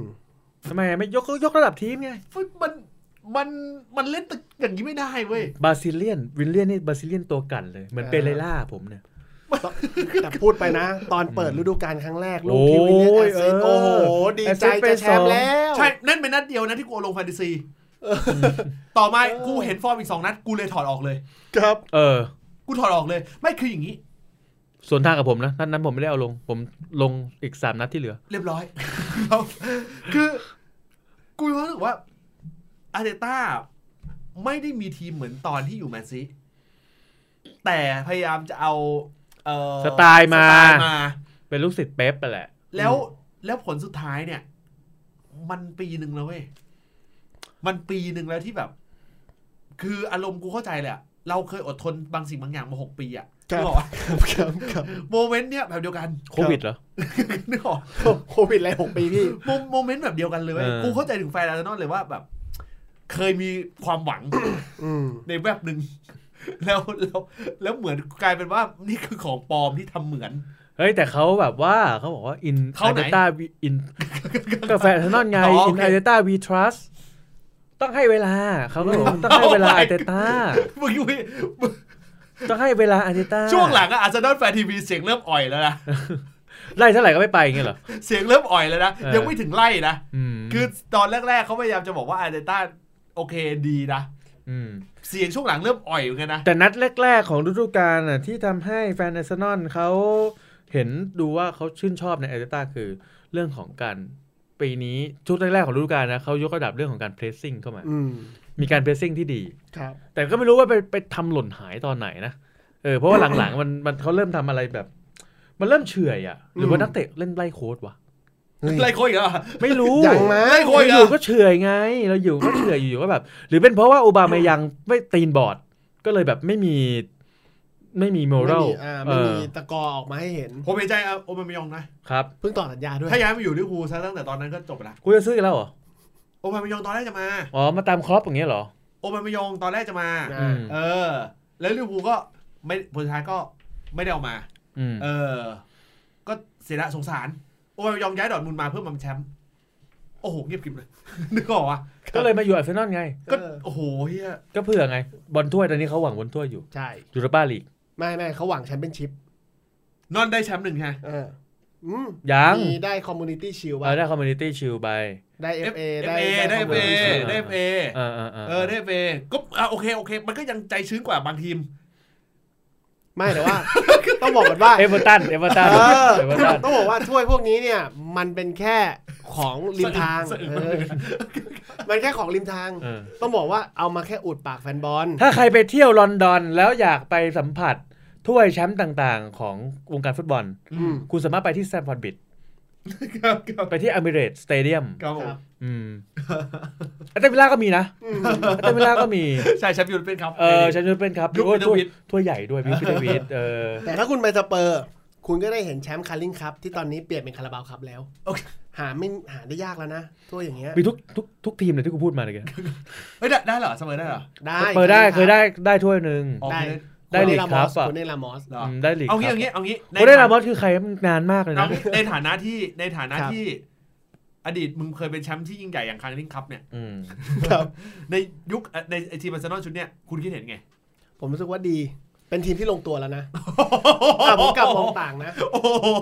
Speaker 3: ทำไมไม่ยกยกระดับทีมไง
Speaker 1: มันมันมันเล่นตะอย่างนี้ไม่ได้เว้ย
Speaker 3: บราซิเลียน วิลเลียนนี่บราซิเลียนตัวกันเลย เหมือน
Speaker 2: เออ
Speaker 3: เปเรล่าผมเนี่ย
Speaker 2: แต่พูดไปนะ ตอนเปิดฤดูกาลครั้งแรก ลูก
Speaker 3: โอ้
Speaker 2: ที่วิล
Speaker 3: ย
Speaker 2: เลียนแอสเซนต์
Speaker 3: เออ
Speaker 2: โอ้โห ดีใจ
Speaker 3: แอ
Speaker 2: จะ
Speaker 3: ส
Speaker 2: แช
Speaker 3: เซ
Speaker 2: ม
Speaker 3: นต์ไปสอง
Speaker 2: ป์แล้ว
Speaker 1: ใช่ นั่นเป็นนัดเดียวนะที่กูเอาลงแฟนตาซี ต่อมา กูเห็นฟอร์มอีกสองนัด กูเลยถอดออกเลย
Speaker 2: ครับ
Speaker 3: เออ
Speaker 1: กูถอดออกเลย ไม่คืออย่างนี้
Speaker 3: ส่วนทางกับผมนะ นั้นนั้นผมไม่ได้เอาลง ผมลงอีกสามนัดที่เหลือ
Speaker 1: เรียบ ร้อย ครับคือ กูมีความรู้สึกว่า อาร์เตต้า ไม่ได้มีทีมเหมือนตอนที่อยู่แมนซีแต่พยายามจะเอา เออ
Speaker 3: สไตล์มา
Speaker 1: สไตล์มา
Speaker 3: เป็นลูกศิษย์เป๊ปไปแหละ
Speaker 1: แล้วแล้วผลสุดท้ายเนี่ย มันปีหนึ่งแล้วเว้ย มันปีหนึ่งแล้วที่แบบ คืออารมณ์กูเข้าใจแหลยอะเราเคยอดทนบางสิ่งบางอย่างมาหกปีอะ
Speaker 2: ครับ
Speaker 1: นึกออกปะ
Speaker 2: ครับครับ
Speaker 1: โมเมนต์เนี้ยแบบเดียวกัน
Speaker 3: โควิดเหรอ
Speaker 1: นึกออก
Speaker 2: โควิดอะไรหกปีพี่
Speaker 1: โมโมเมนต์แบบเดียวกันเลยเว้ย
Speaker 3: เออ
Speaker 1: กูเข้าใจถึงแฟนอาร์เซนอลเลยว่าแบบ เคยมีความหวัง
Speaker 2: อืม
Speaker 1: ในแวบหนึ่ง แล้วแล้วแล้วเหมือนกลายเป็นว่านี่คือของปลอมที่ทำเหมือน
Speaker 3: เฮ้ยแต่เขาแบบว่าเขาบอกว่าอิน
Speaker 1: เขาไหน
Speaker 3: เดต้าวีอิน กาแฟนนอนไง
Speaker 1: อ๋อโอ
Speaker 3: อิน
Speaker 1: เค
Speaker 3: เดต้าวีทรัสต้องให้เวลาเขาก็ บอกว่าต้องให้เวลาอาร์เตต้า
Speaker 1: มึงยุ้ยมึง
Speaker 3: ต้องให้เวลาอาร์เตต้า
Speaker 1: ช่วงหลังอะอาร์เซนอลแฟนทีวีเสียงเริ่มอ่อยแล้วนะ
Speaker 3: ไล่เท่าไหร่ก็ไม่ไปอย่างเงี้ยเหรอ
Speaker 1: เสียงเริ่มอ่อยแล้วนะ
Speaker 3: เออ
Speaker 1: ยังไม่ถึงไล่นะ
Speaker 3: ม
Speaker 1: คือตอนแรกๆเขาพยายามจะบอกว่าอาร์เตต้าโอเคดีนะ
Speaker 3: ม
Speaker 1: เสียงช่วงหลังเริ่มอ่อยเหมือนกันนะ
Speaker 3: แต่นัดแรก ๆ ของฤดูกาลน่ะที่ทำให้แฟนอาร์เซนอลเขาเห็นดูว่าเขาชื่นชอบในอาร์เตต้าคือเรื่องของการปีนี้ชุดแรกๆของฤดูกาลนะเขายกระดับเรื่องของการเพรสซิ่งเข้ามา
Speaker 2: อืม
Speaker 3: มีการเพรสซิ่งที่ดี
Speaker 2: ครับ
Speaker 3: แต่ก็ไม่รู้ว่าไปไปทำหล่นหายตอนไหนนะ เออเพ ราะว่าหลังๆมันมันเขาเริ่มทำอะไรแบบ มันเริ่มเฉื่อยอ่ะ หรือว่านักเตะเล่นไล่โค้ดวะ
Speaker 1: ไล่โค้ดอีกแล้วอะ
Speaker 3: ไม่รู้
Speaker 2: ยังมั้ย
Speaker 1: ไล่โค้ดอีก
Speaker 3: อ
Speaker 1: เหร
Speaker 3: ยู่
Speaker 1: อ
Speaker 3: ก็เฉื่อยไง เราอยู่ก็เฉื่อยอยู่ก็แบบ หรือเป็นเพราะว่าโอบามายังไม่ตีนบอร์ดก็เลยแบบไม่มี ไม่มีโม
Speaker 2: ไม่
Speaker 3: รัล
Speaker 2: มีอ่าไม่มีตะกอออกมาให้เห็น
Speaker 1: ผมเห็นใจเอาโอเมามายองนะ
Speaker 3: ครับ
Speaker 2: เพิ่งต่อสัญญาด้วย
Speaker 1: ถ้าย้ายมาอยู่ลิเวอร์พูลซะตั้งแต่ตอนนั้นก็จบละ
Speaker 3: กูจะซื้ออีกแล้วเหรอ
Speaker 1: โอเมามายองตอนแรกจะมา
Speaker 3: อ๋อ มาตามครอปอย่างเงี้ยเหรอ
Speaker 1: โอเมามายองตอนแรกจะมา
Speaker 2: อ่ะ
Speaker 3: อืม
Speaker 1: เออ แล้วลิเวอร์พูลก็ไม่ผลสุดท้ายก็ไม่ได้เอามา
Speaker 3: อืม
Speaker 1: เออ ก็เสียดายสงสาร โอเมามายองย้ายดอร์ทมุนด์มาเพื่อมาแชมป์โอ้โหเงียบกริบเลย นึกออกวะ
Speaker 3: ก็เลยมาอยู่อาร์เซนอลไง
Speaker 1: ก็
Speaker 2: เออ
Speaker 1: โอ้โหเฮีย
Speaker 3: ก็เผื่อไงบอลถ้วยตอนนี้เขาหวังบอลถ้วยอยู่
Speaker 2: ใช่
Speaker 3: ยูโรปาลีก
Speaker 2: ไม่ไม่เขาหวังแชมเปี้ยนชิพ
Speaker 1: นอนได้แชมป์หนึ่งฮะ
Speaker 2: เอออืม
Speaker 3: ยัง
Speaker 2: มีได้คอมมูนิตี้ชิล
Speaker 3: เอาได้คอมมูนิตี้ชิลไป
Speaker 2: ได้ FA ได้
Speaker 1: FA ได้ FA ได้ FA
Speaker 3: เออเออเออ
Speaker 1: เออได้ FA ก็อ่ะโอเคโอเค มันก็ยังใจชื้นกว่าบางทีม
Speaker 2: ไม่แต่ว่า ต้องบอกกันว่า
Speaker 3: เอเวอร์ตัน เอเวอร์ตัน
Speaker 2: เออ
Speaker 3: เอเวอร์ตัน
Speaker 2: ต้องบอกว่าถ้วยพวกนี้เนี่ย มันเป็นแค่ของริมทาง
Speaker 1: สะอึก
Speaker 2: เอ
Speaker 1: สะอึ
Speaker 2: อก มันแค่ของริมทาง
Speaker 3: เออ
Speaker 2: ต้องบอกว่าเอามาแค่อุดปากแฟนบอล
Speaker 3: ถ้าใครไปเที่ยวลอนดอนแล้วอยากไปสัมผัสถ้วยแชมป์ต่างๆ ของวงการฟุตบอล
Speaker 2: อืม
Speaker 3: คุณสามารถไปที่แซมฟอร์ดบิด
Speaker 1: ครับครับ
Speaker 3: ไปที่อ m มิเรตสเตเดียม
Speaker 1: ครับผม
Speaker 2: ครับ
Speaker 3: อืมอัตเลวิลล่าก็มีนะ
Speaker 2: อืม
Speaker 3: อัตเลวิลล่าก็มี
Speaker 1: ใช่แชมป์ยูโรเป็นครับ
Speaker 3: เอ อแชมป์ยูโรเป็นครับ
Speaker 1: ยุค
Speaker 3: โอ้ย
Speaker 1: วิทยา
Speaker 3: ถ้วย
Speaker 1: วิทย์
Speaker 3: ถ้วยใหญ่ด้วยวิพิทยาวิทย์เออ
Speaker 2: แต่ถ้าคุณไปสเปอร์ คุณก็ได้เห็นแชมป์คาร์ลิงครับที่ตอนนี้เปลี่ยนเป็นคาราบาวครับแล้ว
Speaker 1: โอเค
Speaker 2: หาไม่หาได้ยากแล้วนะถ้วยอย่างเงี้ย
Speaker 3: มีทุกทุกทุกทีมเลยที่กูพูดมาเลยแก
Speaker 1: เฮ้ยได้ได้เหรอเสมอได้เหรอ
Speaker 2: ได้
Speaker 3: เปิดได้
Speaker 2: รับ
Speaker 3: เคยได้ได้ถ้วยหนึ่ง
Speaker 1: โอ
Speaker 2: ได้
Speaker 1: เค
Speaker 3: ได้ลีก
Speaker 2: โน
Speaker 3: ครับอะ
Speaker 2: โคนเนลามอส
Speaker 1: เหรอ
Speaker 3: อืมได้ลีก
Speaker 1: เอางี้
Speaker 3: ครับ
Speaker 1: เอางี้เอางี้
Speaker 3: โอ้ได้ลามอสคือใครมันนานมากเลย
Speaker 1: เอา
Speaker 3: นะ
Speaker 1: งี้ในฐานะที่ในฐานะครับ ที่ อดีตมึงเคยเป็นแชมป์ที่ยิ่งใหญ่อย่างครั้งลิงคัพเนี่ย
Speaker 3: อืม
Speaker 2: ครับ
Speaker 1: ในยุคเอ่อในไอ้ทีมอาร์เซนอลชุดเนี้ยคุณคิดเห็นไง
Speaker 2: ผมรู้สึกว่าดีเป็นทีมที่ลงตัวแล้วนะแต่ผมกลับมองต่างนะ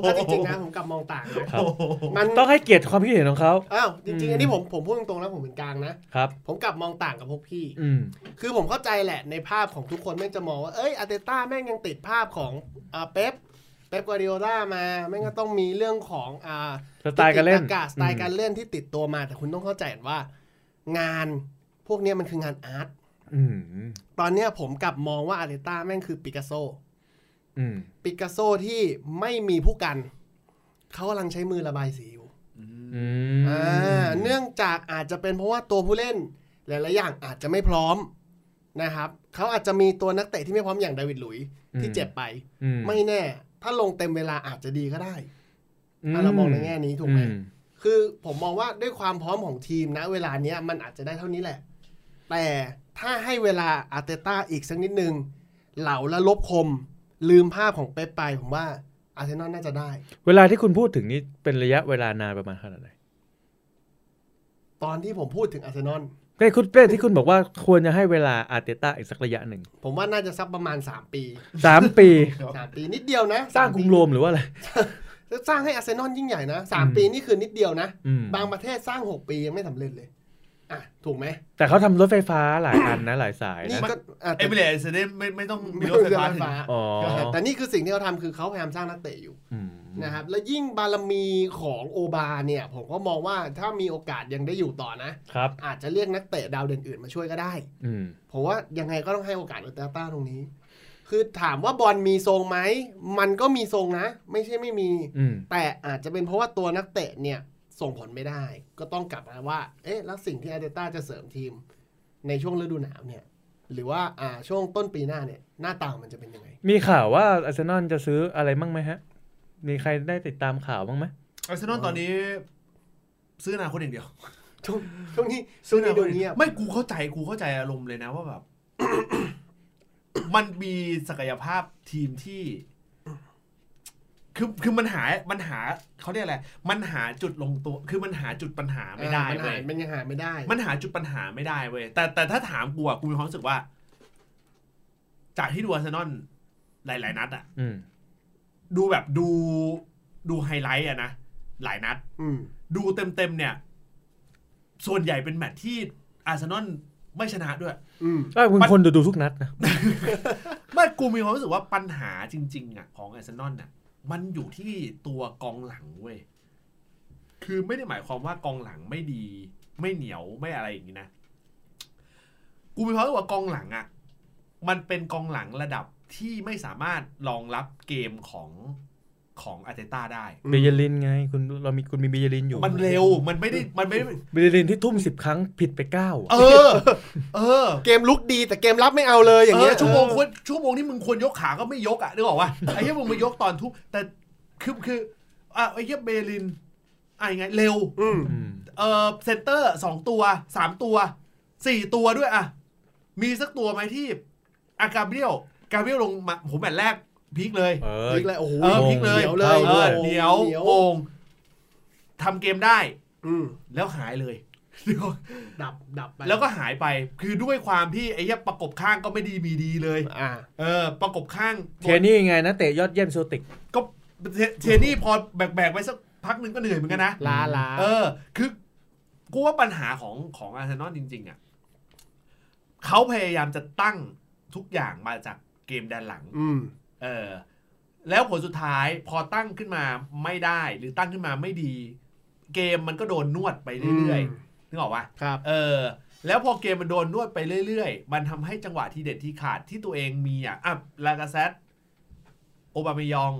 Speaker 2: ถ้าจริงๆนะผมกลับมองต่างนะครับ มัน
Speaker 3: ต้องให้เกียรติความคิดเห็นของเขา
Speaker 2: อ้าวจริงๆอันนี้ผมผมพูดตรงๆแล้วผมเป็นกลางนะ
Speaker 3: ครับ
Speaker 2: ผมกลับมองต่างกับพวกพี่
Speaker 3: อืม
Speaker 2: คือผมเข้าใจแหละในภาพของทุกคนแม่งจะมองว่า เอ้ยอาร์เตต้าแม่งยังติดภาพของอ่าเป๊ปเป๊ปกวาร์ดิโอลามาแม่งก็ต้องมีเรื่องของอ่า
Speaker 3: สไตล์การเล่น
Speaker 2: ทคคอสไตล์การเล่นที่ติดตัวมา แต่คุณต้องเข้าใจก่อนว่า งานพวกเนี้ยมันคืองานอาร์ต
Speaker 3: อืม
Speaker 2: ตอนเนี้ยผมกลับมองว่าอาร์เตต้าแม่งคือปิกัสโซ
Speaker 3: อืม
Speaker 2: ปิกัสโซที่ไม่มีผู้กัน เขากำลังใช้มือระบายสีอยู่
Speaker 3: อืม
Speaker 2: อ่าเนื่องจากอาจจะเป็นเพราะว่าตัวผู้เล่น หลายๆอย่างอาจจะไม่พร้อมนะครับเขาอาจจะมีตัวนักเตะที่ไม่พร้อมอย่างดาวิดหลุยส์ที่เจ็บไป
Speaker 3: อื
Speaker 2: ไม่แน่ ถ้าลงเต็มเวลาอาจจะดีก็ได้
Speaker 3: อื
Speaker 2: อ่ะเรามองในแง่นี้ถูกไหม
Speaker 3: อื
Speaker 2: คือผมมองว่าด้วยความพร้อมของทีมนะเวลาเนี้ยมันอาจจะได้เท่านี้แหละ แต่ถ้าให้เวลาอาร์เตต้าอีกสักนิดนึงเหล่าและลบคม ลืมภาพของเป๊ปไปผมว่าอาร์เซนอลน่าจะได้
Speaker 3: เวลาที่คุณพูดถึงนี่เป็นระยะเวลานานประมาณขนาดไหน
Speaker 2: ตอนที่ผมพูดถึงอาร์เซนอล
Speaker 3: ใช่คุณเป้ที่คุณบอกว่าควรจะให้เวลาอาร์เตต้าอีกสักระยะหนึ่ง
Speaker 2: ผมว่าน่าจะสักประมาณ 3 ปี
Speaker 3: สามปี
Speaker 2: สามปีนิดเดียวนะ
Speaker 3: สร้างกรุงโรมหรือว่าอะไร
Speaker 2: ปีสร้างให้อาร์เซนอลยิ่งใหญ่นะสาม
Speaker 3: อืม
Speaker 2: ปีนี่คือนิดเดียวนะ
Speaker 3: อืม
Speaker 2: บางประเทศสร้าง 6 ปียังไม่สำเร็จเลย อ่ะ ถูกไหม
Speaker 3: แต่เขาทำรถไฟฟ้าหลายอันนะหลายสาย
Speaker 2: นี่
Speaker 3: นะ
Speaker 2: ก็อ่ะ
Speaker 1: เอ
Speaker 2: แต่
Speaker 1: เมเรตส์เนี่ยไม่ไม่ต้องมี
Speaker 2: ไม่
Speaker 1: ร
Speaker 2: ต้อ
Speaker 1: ถ
Speaker 2: ง
Speaker 1: ไฟ
Speaker 2: เรือ
Speaker 1: ฟ้า
Speaker 2: ไฟ
Speaker 1: ถึง
Speaker 2: ฟ้า
Speaker 3: อ๋อ
Speaker 2: แต่นี่คือสิ่งที่เขาทำคือเขาพยายามสร้างนักเตะอยู่
Speaker 3: อืม
Speaker 2: นะครับและยิ่งบารมีของโอบาเนี่ย ผมก็มองว่าถ้ามีโอกาสยังได้อยู่ต่อนะ
Speaker 3: ครับ
Speaker 2: อาจจะเรียกนักเตะดาวเด่นอื่นมาช่วยก็ได้
Speaker 3: อืม
Speaker 2: ผมว่ายังไงก็ต้องให้โอกาสอัลเตอร์ต้าตรงนี้ คือถามว่าบอลมีทรงไหม มันก็มีทรงนะ ไม่ใช่ไม่มี
Speaker 3: อืม
Speaker 2: แต่อาจจะเป็นเพราะว่าตัวนักเตะเนี่ย ส่งผลไม่ได้ ก็ต้องกลับมาว่า เอ๊ะ แล้วสิ่งที่อัลเตอร์ต้าจะเสริมทีม ในช่วงฤดูหนาวเนี่ย หรือว่าอ่าช่วงต้นปีหน้าเนี่ยหน้าตามันจะเป็นยังไง
Speaker 3: มีข่าวว่าอาร์เซนอลจะซื้ออะไรมั่งไหมฮะ มีใครได้ติดตามข่าวบ้างไหม
Speaker 1: อาร์เซนอลตอนนี้ ซื้ออนาคนอย่างเดียว
Speaker 2: ช่วงช่วงนี้ช่วงนี้
Speaker 1: อ
Speaker 2: ดู
Speaker 1: ย่าง
Speaker 2: เงียบ
Speaker 1: ไม่กูเข้าใจกูเข้าใจอารมณ์เลยนะว่าแบบ มันมีศักยภาพทีมที่ คือคือมันหามันหาเขาเรียกอะไรมันหาจุดลงตัว คือมันหาจุดปัญหาไม่ได้
Speaker 2: อ่ามัน
Speaker 1: เว้
Speaker 2: หาย มันยังหาไม่ได้
Speaker 1: มันหาจุดปัญหาไม่ได้เว้ยแต่แต่ถ้าถามกูอะกูมีความรู้สึกว่า จากที่ดูอาร์เซนอลหลาย ๆ นัดอะ
Speaker 3: อืม
Speaker 1: ดูแบบดูดูไฮไลท์อะนะ หลายนัด
Speaker 2: อืม
Speaker 1: ดูเต็ม ๆ เนี่ย ส่วนใหญ่เป็นแมตช์ที่อาร์เซนอลไม่ชนะด้วย
Speaker 2: อืม
Speaker 3: ก็คุณ
Speaker 1: มัน
Speaker 3: คนดูดูทุกนัดนะ
Speaker 1: เมื่อกูมีความรู้สึกว่าปัญหาจริง ๆอะของอาร์เซนอลน่ะ มันอยู่ที่ตัวกองหลังเว้ยคือไม่ได้หมายความว่ากองหลังไม่ดี ไม่เหนียวไม่อะไรอย่างนี้นะ กูมีความรู้สึกว่ากองหลังอะมันเป็นกองหลังระดับที่ไม่สามารถรองรับเกมของของอาร์เตต้าได้
Speaker 3: เบเยลินไง คุณเรามีคุณมีเบเยลินอยู่
Speaker 1: มันเร็วมันไม่ได้มันไม่ได้
Speaker 3: เบเยลินที่ทุ่มสิบครั้งผิดไปเก้าอะ
Speaker 1: เออ เออ
Speaker 2: เกมลุกดีแต่เกมรับไม่เอาเลยอย่างเงี้ย
Speaker 1: ชั่วโมง
Speaker 2: เอ
Speaker 1: ควรชั่วโมงที่มึงควรยกขาก็ไม่ยกอ่ะนึกออกว่า ไอ้เหี้ยมึงมายกตอนทุกแต่คือคืออ่ะไอ้เหี้ยเบลินอ่ะยังไงเร็ว
Speaker 2: อืม
Speaker 3: อืม
Speaker 1: เออเซนเตอร์สองตัวสามตัวสี่ตัวด้วยอ่ะ มีสักตัวไหมที่อากาเบรียลกาเบรียลลงมาผมแมตช์แรกพีคเลย
Speaker 3: เออ
Speaker 2: พลิกเลยโอ้โห
Speaker 1: เออพลิกเลย
Speaker 2: หนียวเลโอ้
Speaker 1: เอย อ
Speaker 2: โห
Speaker 1: เหนียว
Speaker 2: หนียว
Speaker 1: โอ่งทำเกมได้
Speaker 2: อืม
Speaker 1: แล้วหาย เลย
Speaker 2: ดับดับไป
Speaker 1: แล้วก็หายไปคือด้วยความที่ไอ้เหี้ยประกบข้างก็ไม่ดีมีดีเลย
Speaker 2: อ่า
Speaker 1: เออ ประกบข้าง
Speaker 3: เทนี่ไงนะเตะยอดเยี่ยมเซลติก
Speaker 1: ก็เทเทนี่พอแบกๆไว้สักพักหนึ่งก็เหนื่อยเหมือนกันนะ
Speaker 2: ลาลา
Speaker 1: เออ คือกูว่าปัญหาของของอาร์เซนอลจริง ๆ อ่ะเขาพยายามจะตั้งทุกอย่างมาจากเกมด้านหลัง
Speaker 2: อืม
Speaker 1: เออ แล้วผลสุดท้ายพอตั้งขึ้นมาไม่ได้หรือตั้งขึ้นมาไม่ดี เกมมันก็โดนนวดไปเรื่อย
Speaker 2: อืม
Speaker 1: ๆนึกออกปะ
Speaker 2: ครับ
Speaker 1: เออแล้วพอเกมมันโดนนวดไปเรื่อยๆ มันทำให้จังหวะที่เด็ดที่ขาดที่ตัวเองมีอ่ะอ่ะลากาเซตโอบามายอง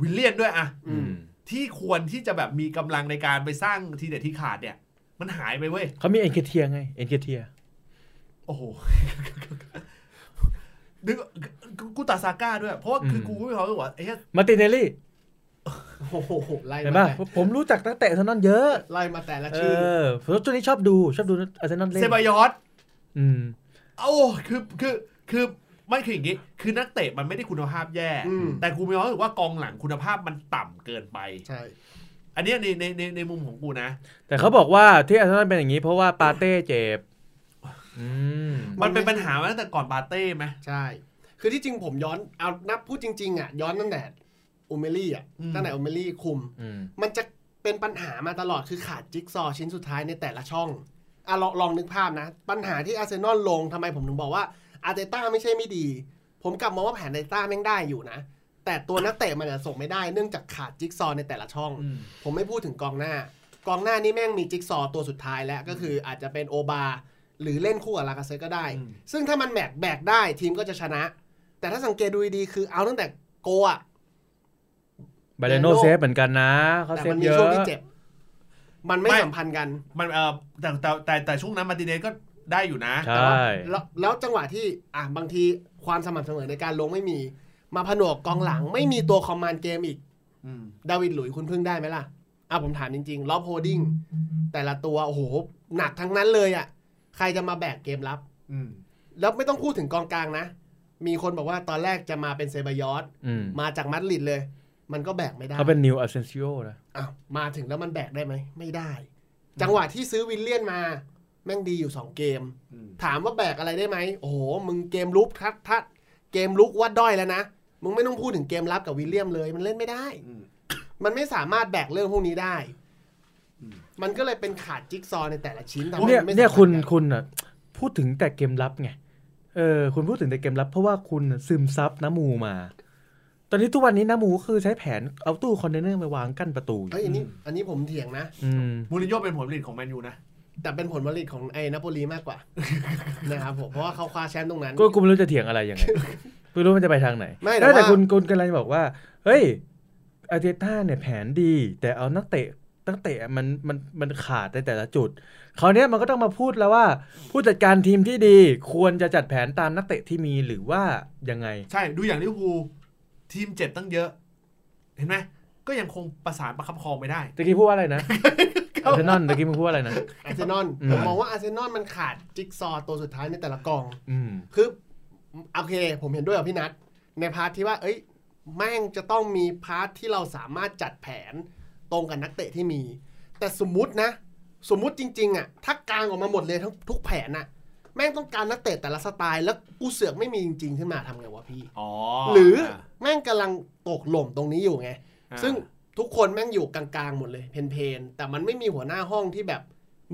Speaker 1: วิลเลียนด้วยอ่ะ
Speaker 2: อืม
Speaker 1: ที่ควรที่จะแบบมีกำลังในการไปสร้างทีเด็ดที่ขาดเนี่ย มันหายไปเว้ย
Speaker 3: เขามีเอ็นเคเทียไง เอ็นเคเทีย
Speaker 1: โอ้โห นึกกูตัดซาก้าด้วย เพราะว่าคือกูไม่เขามรู้สึกว่าเอ๊ะ
Speaker 3: มาตินเนลลี่
Speaker 2: โอ้โหไล่
Speaker 3: เห็น
Speaker 2: มา
Speaker 3: ป่ะ
Speaker 2: แต่
Speaker 3: ผมรู้จักนักเตะอาร์เซนอลเยอะ
Speaker 2: ไล่มาแต่ละ
Speaker 3: เอ
Speaker 2: ชื่อ
Speaker 3: อผมช่วงนี้ชอบดูชอบดูอาร์เซนอลเล่น
Speaker 1: เซบายอส
Speaker 3: อืม
Speaker 1: โอ้คือคือคือไม่คืออย่างนี้ คือนักเตะมันไม่ได้คุณภาพแย่
Speaker 2: อืม
Speaker 1: แต่กูมีความรู้สึกว่ากองหลังคุณภาพมันต่ำเกินไป
Speaker 2: ใช่
Speaker 1: อันเนี้ยในในในในมุมของกูนะ
Speaker 3: แต่เขาบอกว่าที่อาร์เซนอลเป็นอย่างนี้ เพราะว่าปาเต้เจ็บอืม
Speaker 1: มันเป็นปัญหามาตั้งแต่ก่อนปาเต้ไหม
Speaker 2: ใช่ คือที่จริงผมย้อน เอานับพูดจริงๆอ่ะ ย้อนตั้งแต่โอเมลี่อ่ะ
Speaker 1: อืม
Speaker 2: ตั้งแต่โอเมลี่คุม
Speaker 3: อืม
Speaker 2: มันจะเป็นปัญหามาตลอดคือขาดจิ๊กซอว์ชิ้นสุดท้ายในแต่ละช่องอะลองลองนึกภาพนะ ปัญหาที่อาร์เซนอลลงทำไมผมถึงบอกว่าอาร์เตต้าไม่ใช่ไม่ดี ผมกลับมองว่าแผนอาร์เตต้าแม่งได้อยู่นะ แต่ตัวนักเตะมันอะส่งไม่ได้เนื่องจากขาดจิ๊กซอว์ในแต่ละช่อง
Speaker 1: อืม
Speaker 2: ผมไม่พูดถึงกองหน้า กองหน้านี่แม่งมีจิ๊กซอว์ตัวสุดท้ายแล้วก็คืออาจจะเป็นโอบา หรือเล่นคู่กับลากาเซตก็ได้
Speaker 1: อืม
Speaker 2: ซึ่งถ้ามันแบกแบกได้ทีมก็จะชนะ แต่ถ้าสังเกตดูดีๆคือเอาตั้งแต่โกอะ
Speaker 3: บาเลโน
Speaker 2: บาเลโน่
Speaker 3: เซฟเหมือนกันนะเขา
Speaker 2: แต่
Speaker 3: เซฟ
Speaker 2: มันมี
Speaker 3: เยอะ
Speaker 2: ช่วงที่เจ็บ มันไม่
Speaker 1: ไม่
Speaker 2: สัมพันธ์กัน
Speaker 1: มันเออแต่แต่แต่แต่ช่วงนั้นมาร์ติเนสก็ได้อยู่นะ
Speaker 3: ใช
Speaker 2: แต่ว่า
Speaker 3: ่
Speaker 2: แล้วแล้วจังหวะที่อ่ะบางทีความสม่ำเสมอในการลงไม่มี มาผนวกกองหลังไม่มีตัวคอมมานด์เกมอีก
Speaker 1: อืม
Speaker 2: ดาวิดหลุยส์คุณพึ่งได้ไหมล่ะอ่ะผมถามจริงๆ รอบโฮดดิ้งแต่ละตัว โอ้โห หนักทั้งนั้นเลยอ่ะ ใครจะมาแบกเกมรับ
Speaker 1: อืม
Speaker 2: แล้วไม่ต้องพูดถึงกองกลางนะ มีคนบอกว่าตอนแรกจะมาเป็นเซบายอส
Speaker 3: อืม
Speaker 2: มาจากมัดลิดเลย มันก็แบกไม่ได้
Speaker 3: เขาเป็นนิวอาเซนซิโอนะ
Speaker 2: อ้าวมาถึงแล้วมันแบกได้ไหม ไม่ได้ จังหวะที่ซื้อวิลเลียนมา แม่งดีอยู่ 2 เกม
Speaker 1: อืม
Speaker 2: ถามว่าแบกอะไรได้ไหม โอ้โห มึงเกมลุกทัดทัดเกมลุกว่าด้อยแล้วนะ มึงไม่ต้องพูดถึงเกมรับกับวิลเลียมเลย มันเล่นไม่ได้
Speaker 1: อืม
Speaker 2: มันไม่สามารถแบกเรื่องพวกนี้ได้
Speaker 1: อืม
Speaker 2: มันก็เลยเป็นขาดจิ๊กซอว์ในแต่ละชิ้นทำให้
Speaker 3: เนี่ย
Speaker 2: มัไม่
Speaker 3: เนี่ย
Speaker 2: สำ
Speaker 3: คุณ
Speaker 2: กัน
Speaker 3: คุณอ่ะพูดถึงแต่เกมลับไงเออคุณพูดถึงแต่เกมลับ เพราะว่าคุณน่ะซึมซับน้ำมูมา ตอนนี้ทุกวันนี้น้ำมูก็คือใช้แผนเอาตู้คอนเทนเนอร์ไปวางกั้นประตูอยู่
Speaker 2: เฮ้ยอันนี้ อันนี้ผมเถียงนะ
Speaker 3: อืม
Speaker 1: มูรินโญ่เป็นผลผลิตของแมนยูนะ
Speaker 2: แต่เป็นผลผลิตของไอ้นาโปลีมากกว่า นะครับผม เพราะว่าเขาคว้าแชมป์ตรงนั้น
Speaker 3: ก็กูไม่รู้จะเถียงอะไร ยังไง ไม่รู้มันจะไปทางไหน
Speaker 2: ไม่แต่
Speaker 3: แต่แต่
Speaker 2: ว่า
Speaker 3: คุณคุณกำลังจะบอกว่า เฮ้ยอาร์เตต้าเนี่ยแผนดี แต่เอานักเตะ ตั้งแต่มันมันมันขาดในแต่ละจุดคราวเนี้ยมันก็ต้องมาพูดแล้วว่า ผู้จัดการทีมที่ดีควรจะจัดแผนตามนักเตะที่มีหรือว่ายังไง
Speaker 1: ใช่ดูอย่างลิเวอร์พูลทีมเจ็บตั้งเยอะ เห็นไหมก็ยังคงประสานประคับประคองไม่ได้
Speaker 3: ตะกี้พูดว่าอะไรนะอาร์เซนอลตะกี้มึงพูดว่าอะไรนะ
Speaker 2: อาร์เซนอล
Speaker 3: อืม
Speaker 2: ผมมองว่าอาร์เซนอลมันขาดจิ๊กซอว์ตัวสุดท้ายในแต่ละกล่อง
Speaker 3: อืม
Speaker 2: คือโอเค ผมเห็นด้วยกับพี่นัทในพาร์ทที่ว่า เอ้ย แม่งจะต้องมีพาร์ทที่เราสามารถจัดแผนตรงกับนักเตะที่มี แต่สมมตินะ สมมติจริง ๆอ่ะถ้ากลางออกมาหมดเลยทั้งทุกแผนน่ะ แม่งต้องการนักเตะแต่ละสไตล์แล้วกูเสือกไม่มีจริง ๆ ขึ้นมาทำไงวะพี่
Speaker 1: อ๋อ
Speaker 2: หรืออา แม่งกำลังตกหล่มตรงนี้อยู่ไง
Speaker 1: อ่า
Speaker 2: ซึ่งทุกคนแม่งอยู่กลางๆหมดเลยเพนๆแต่มันไม่มีหัวหน้าห้องที่แบบ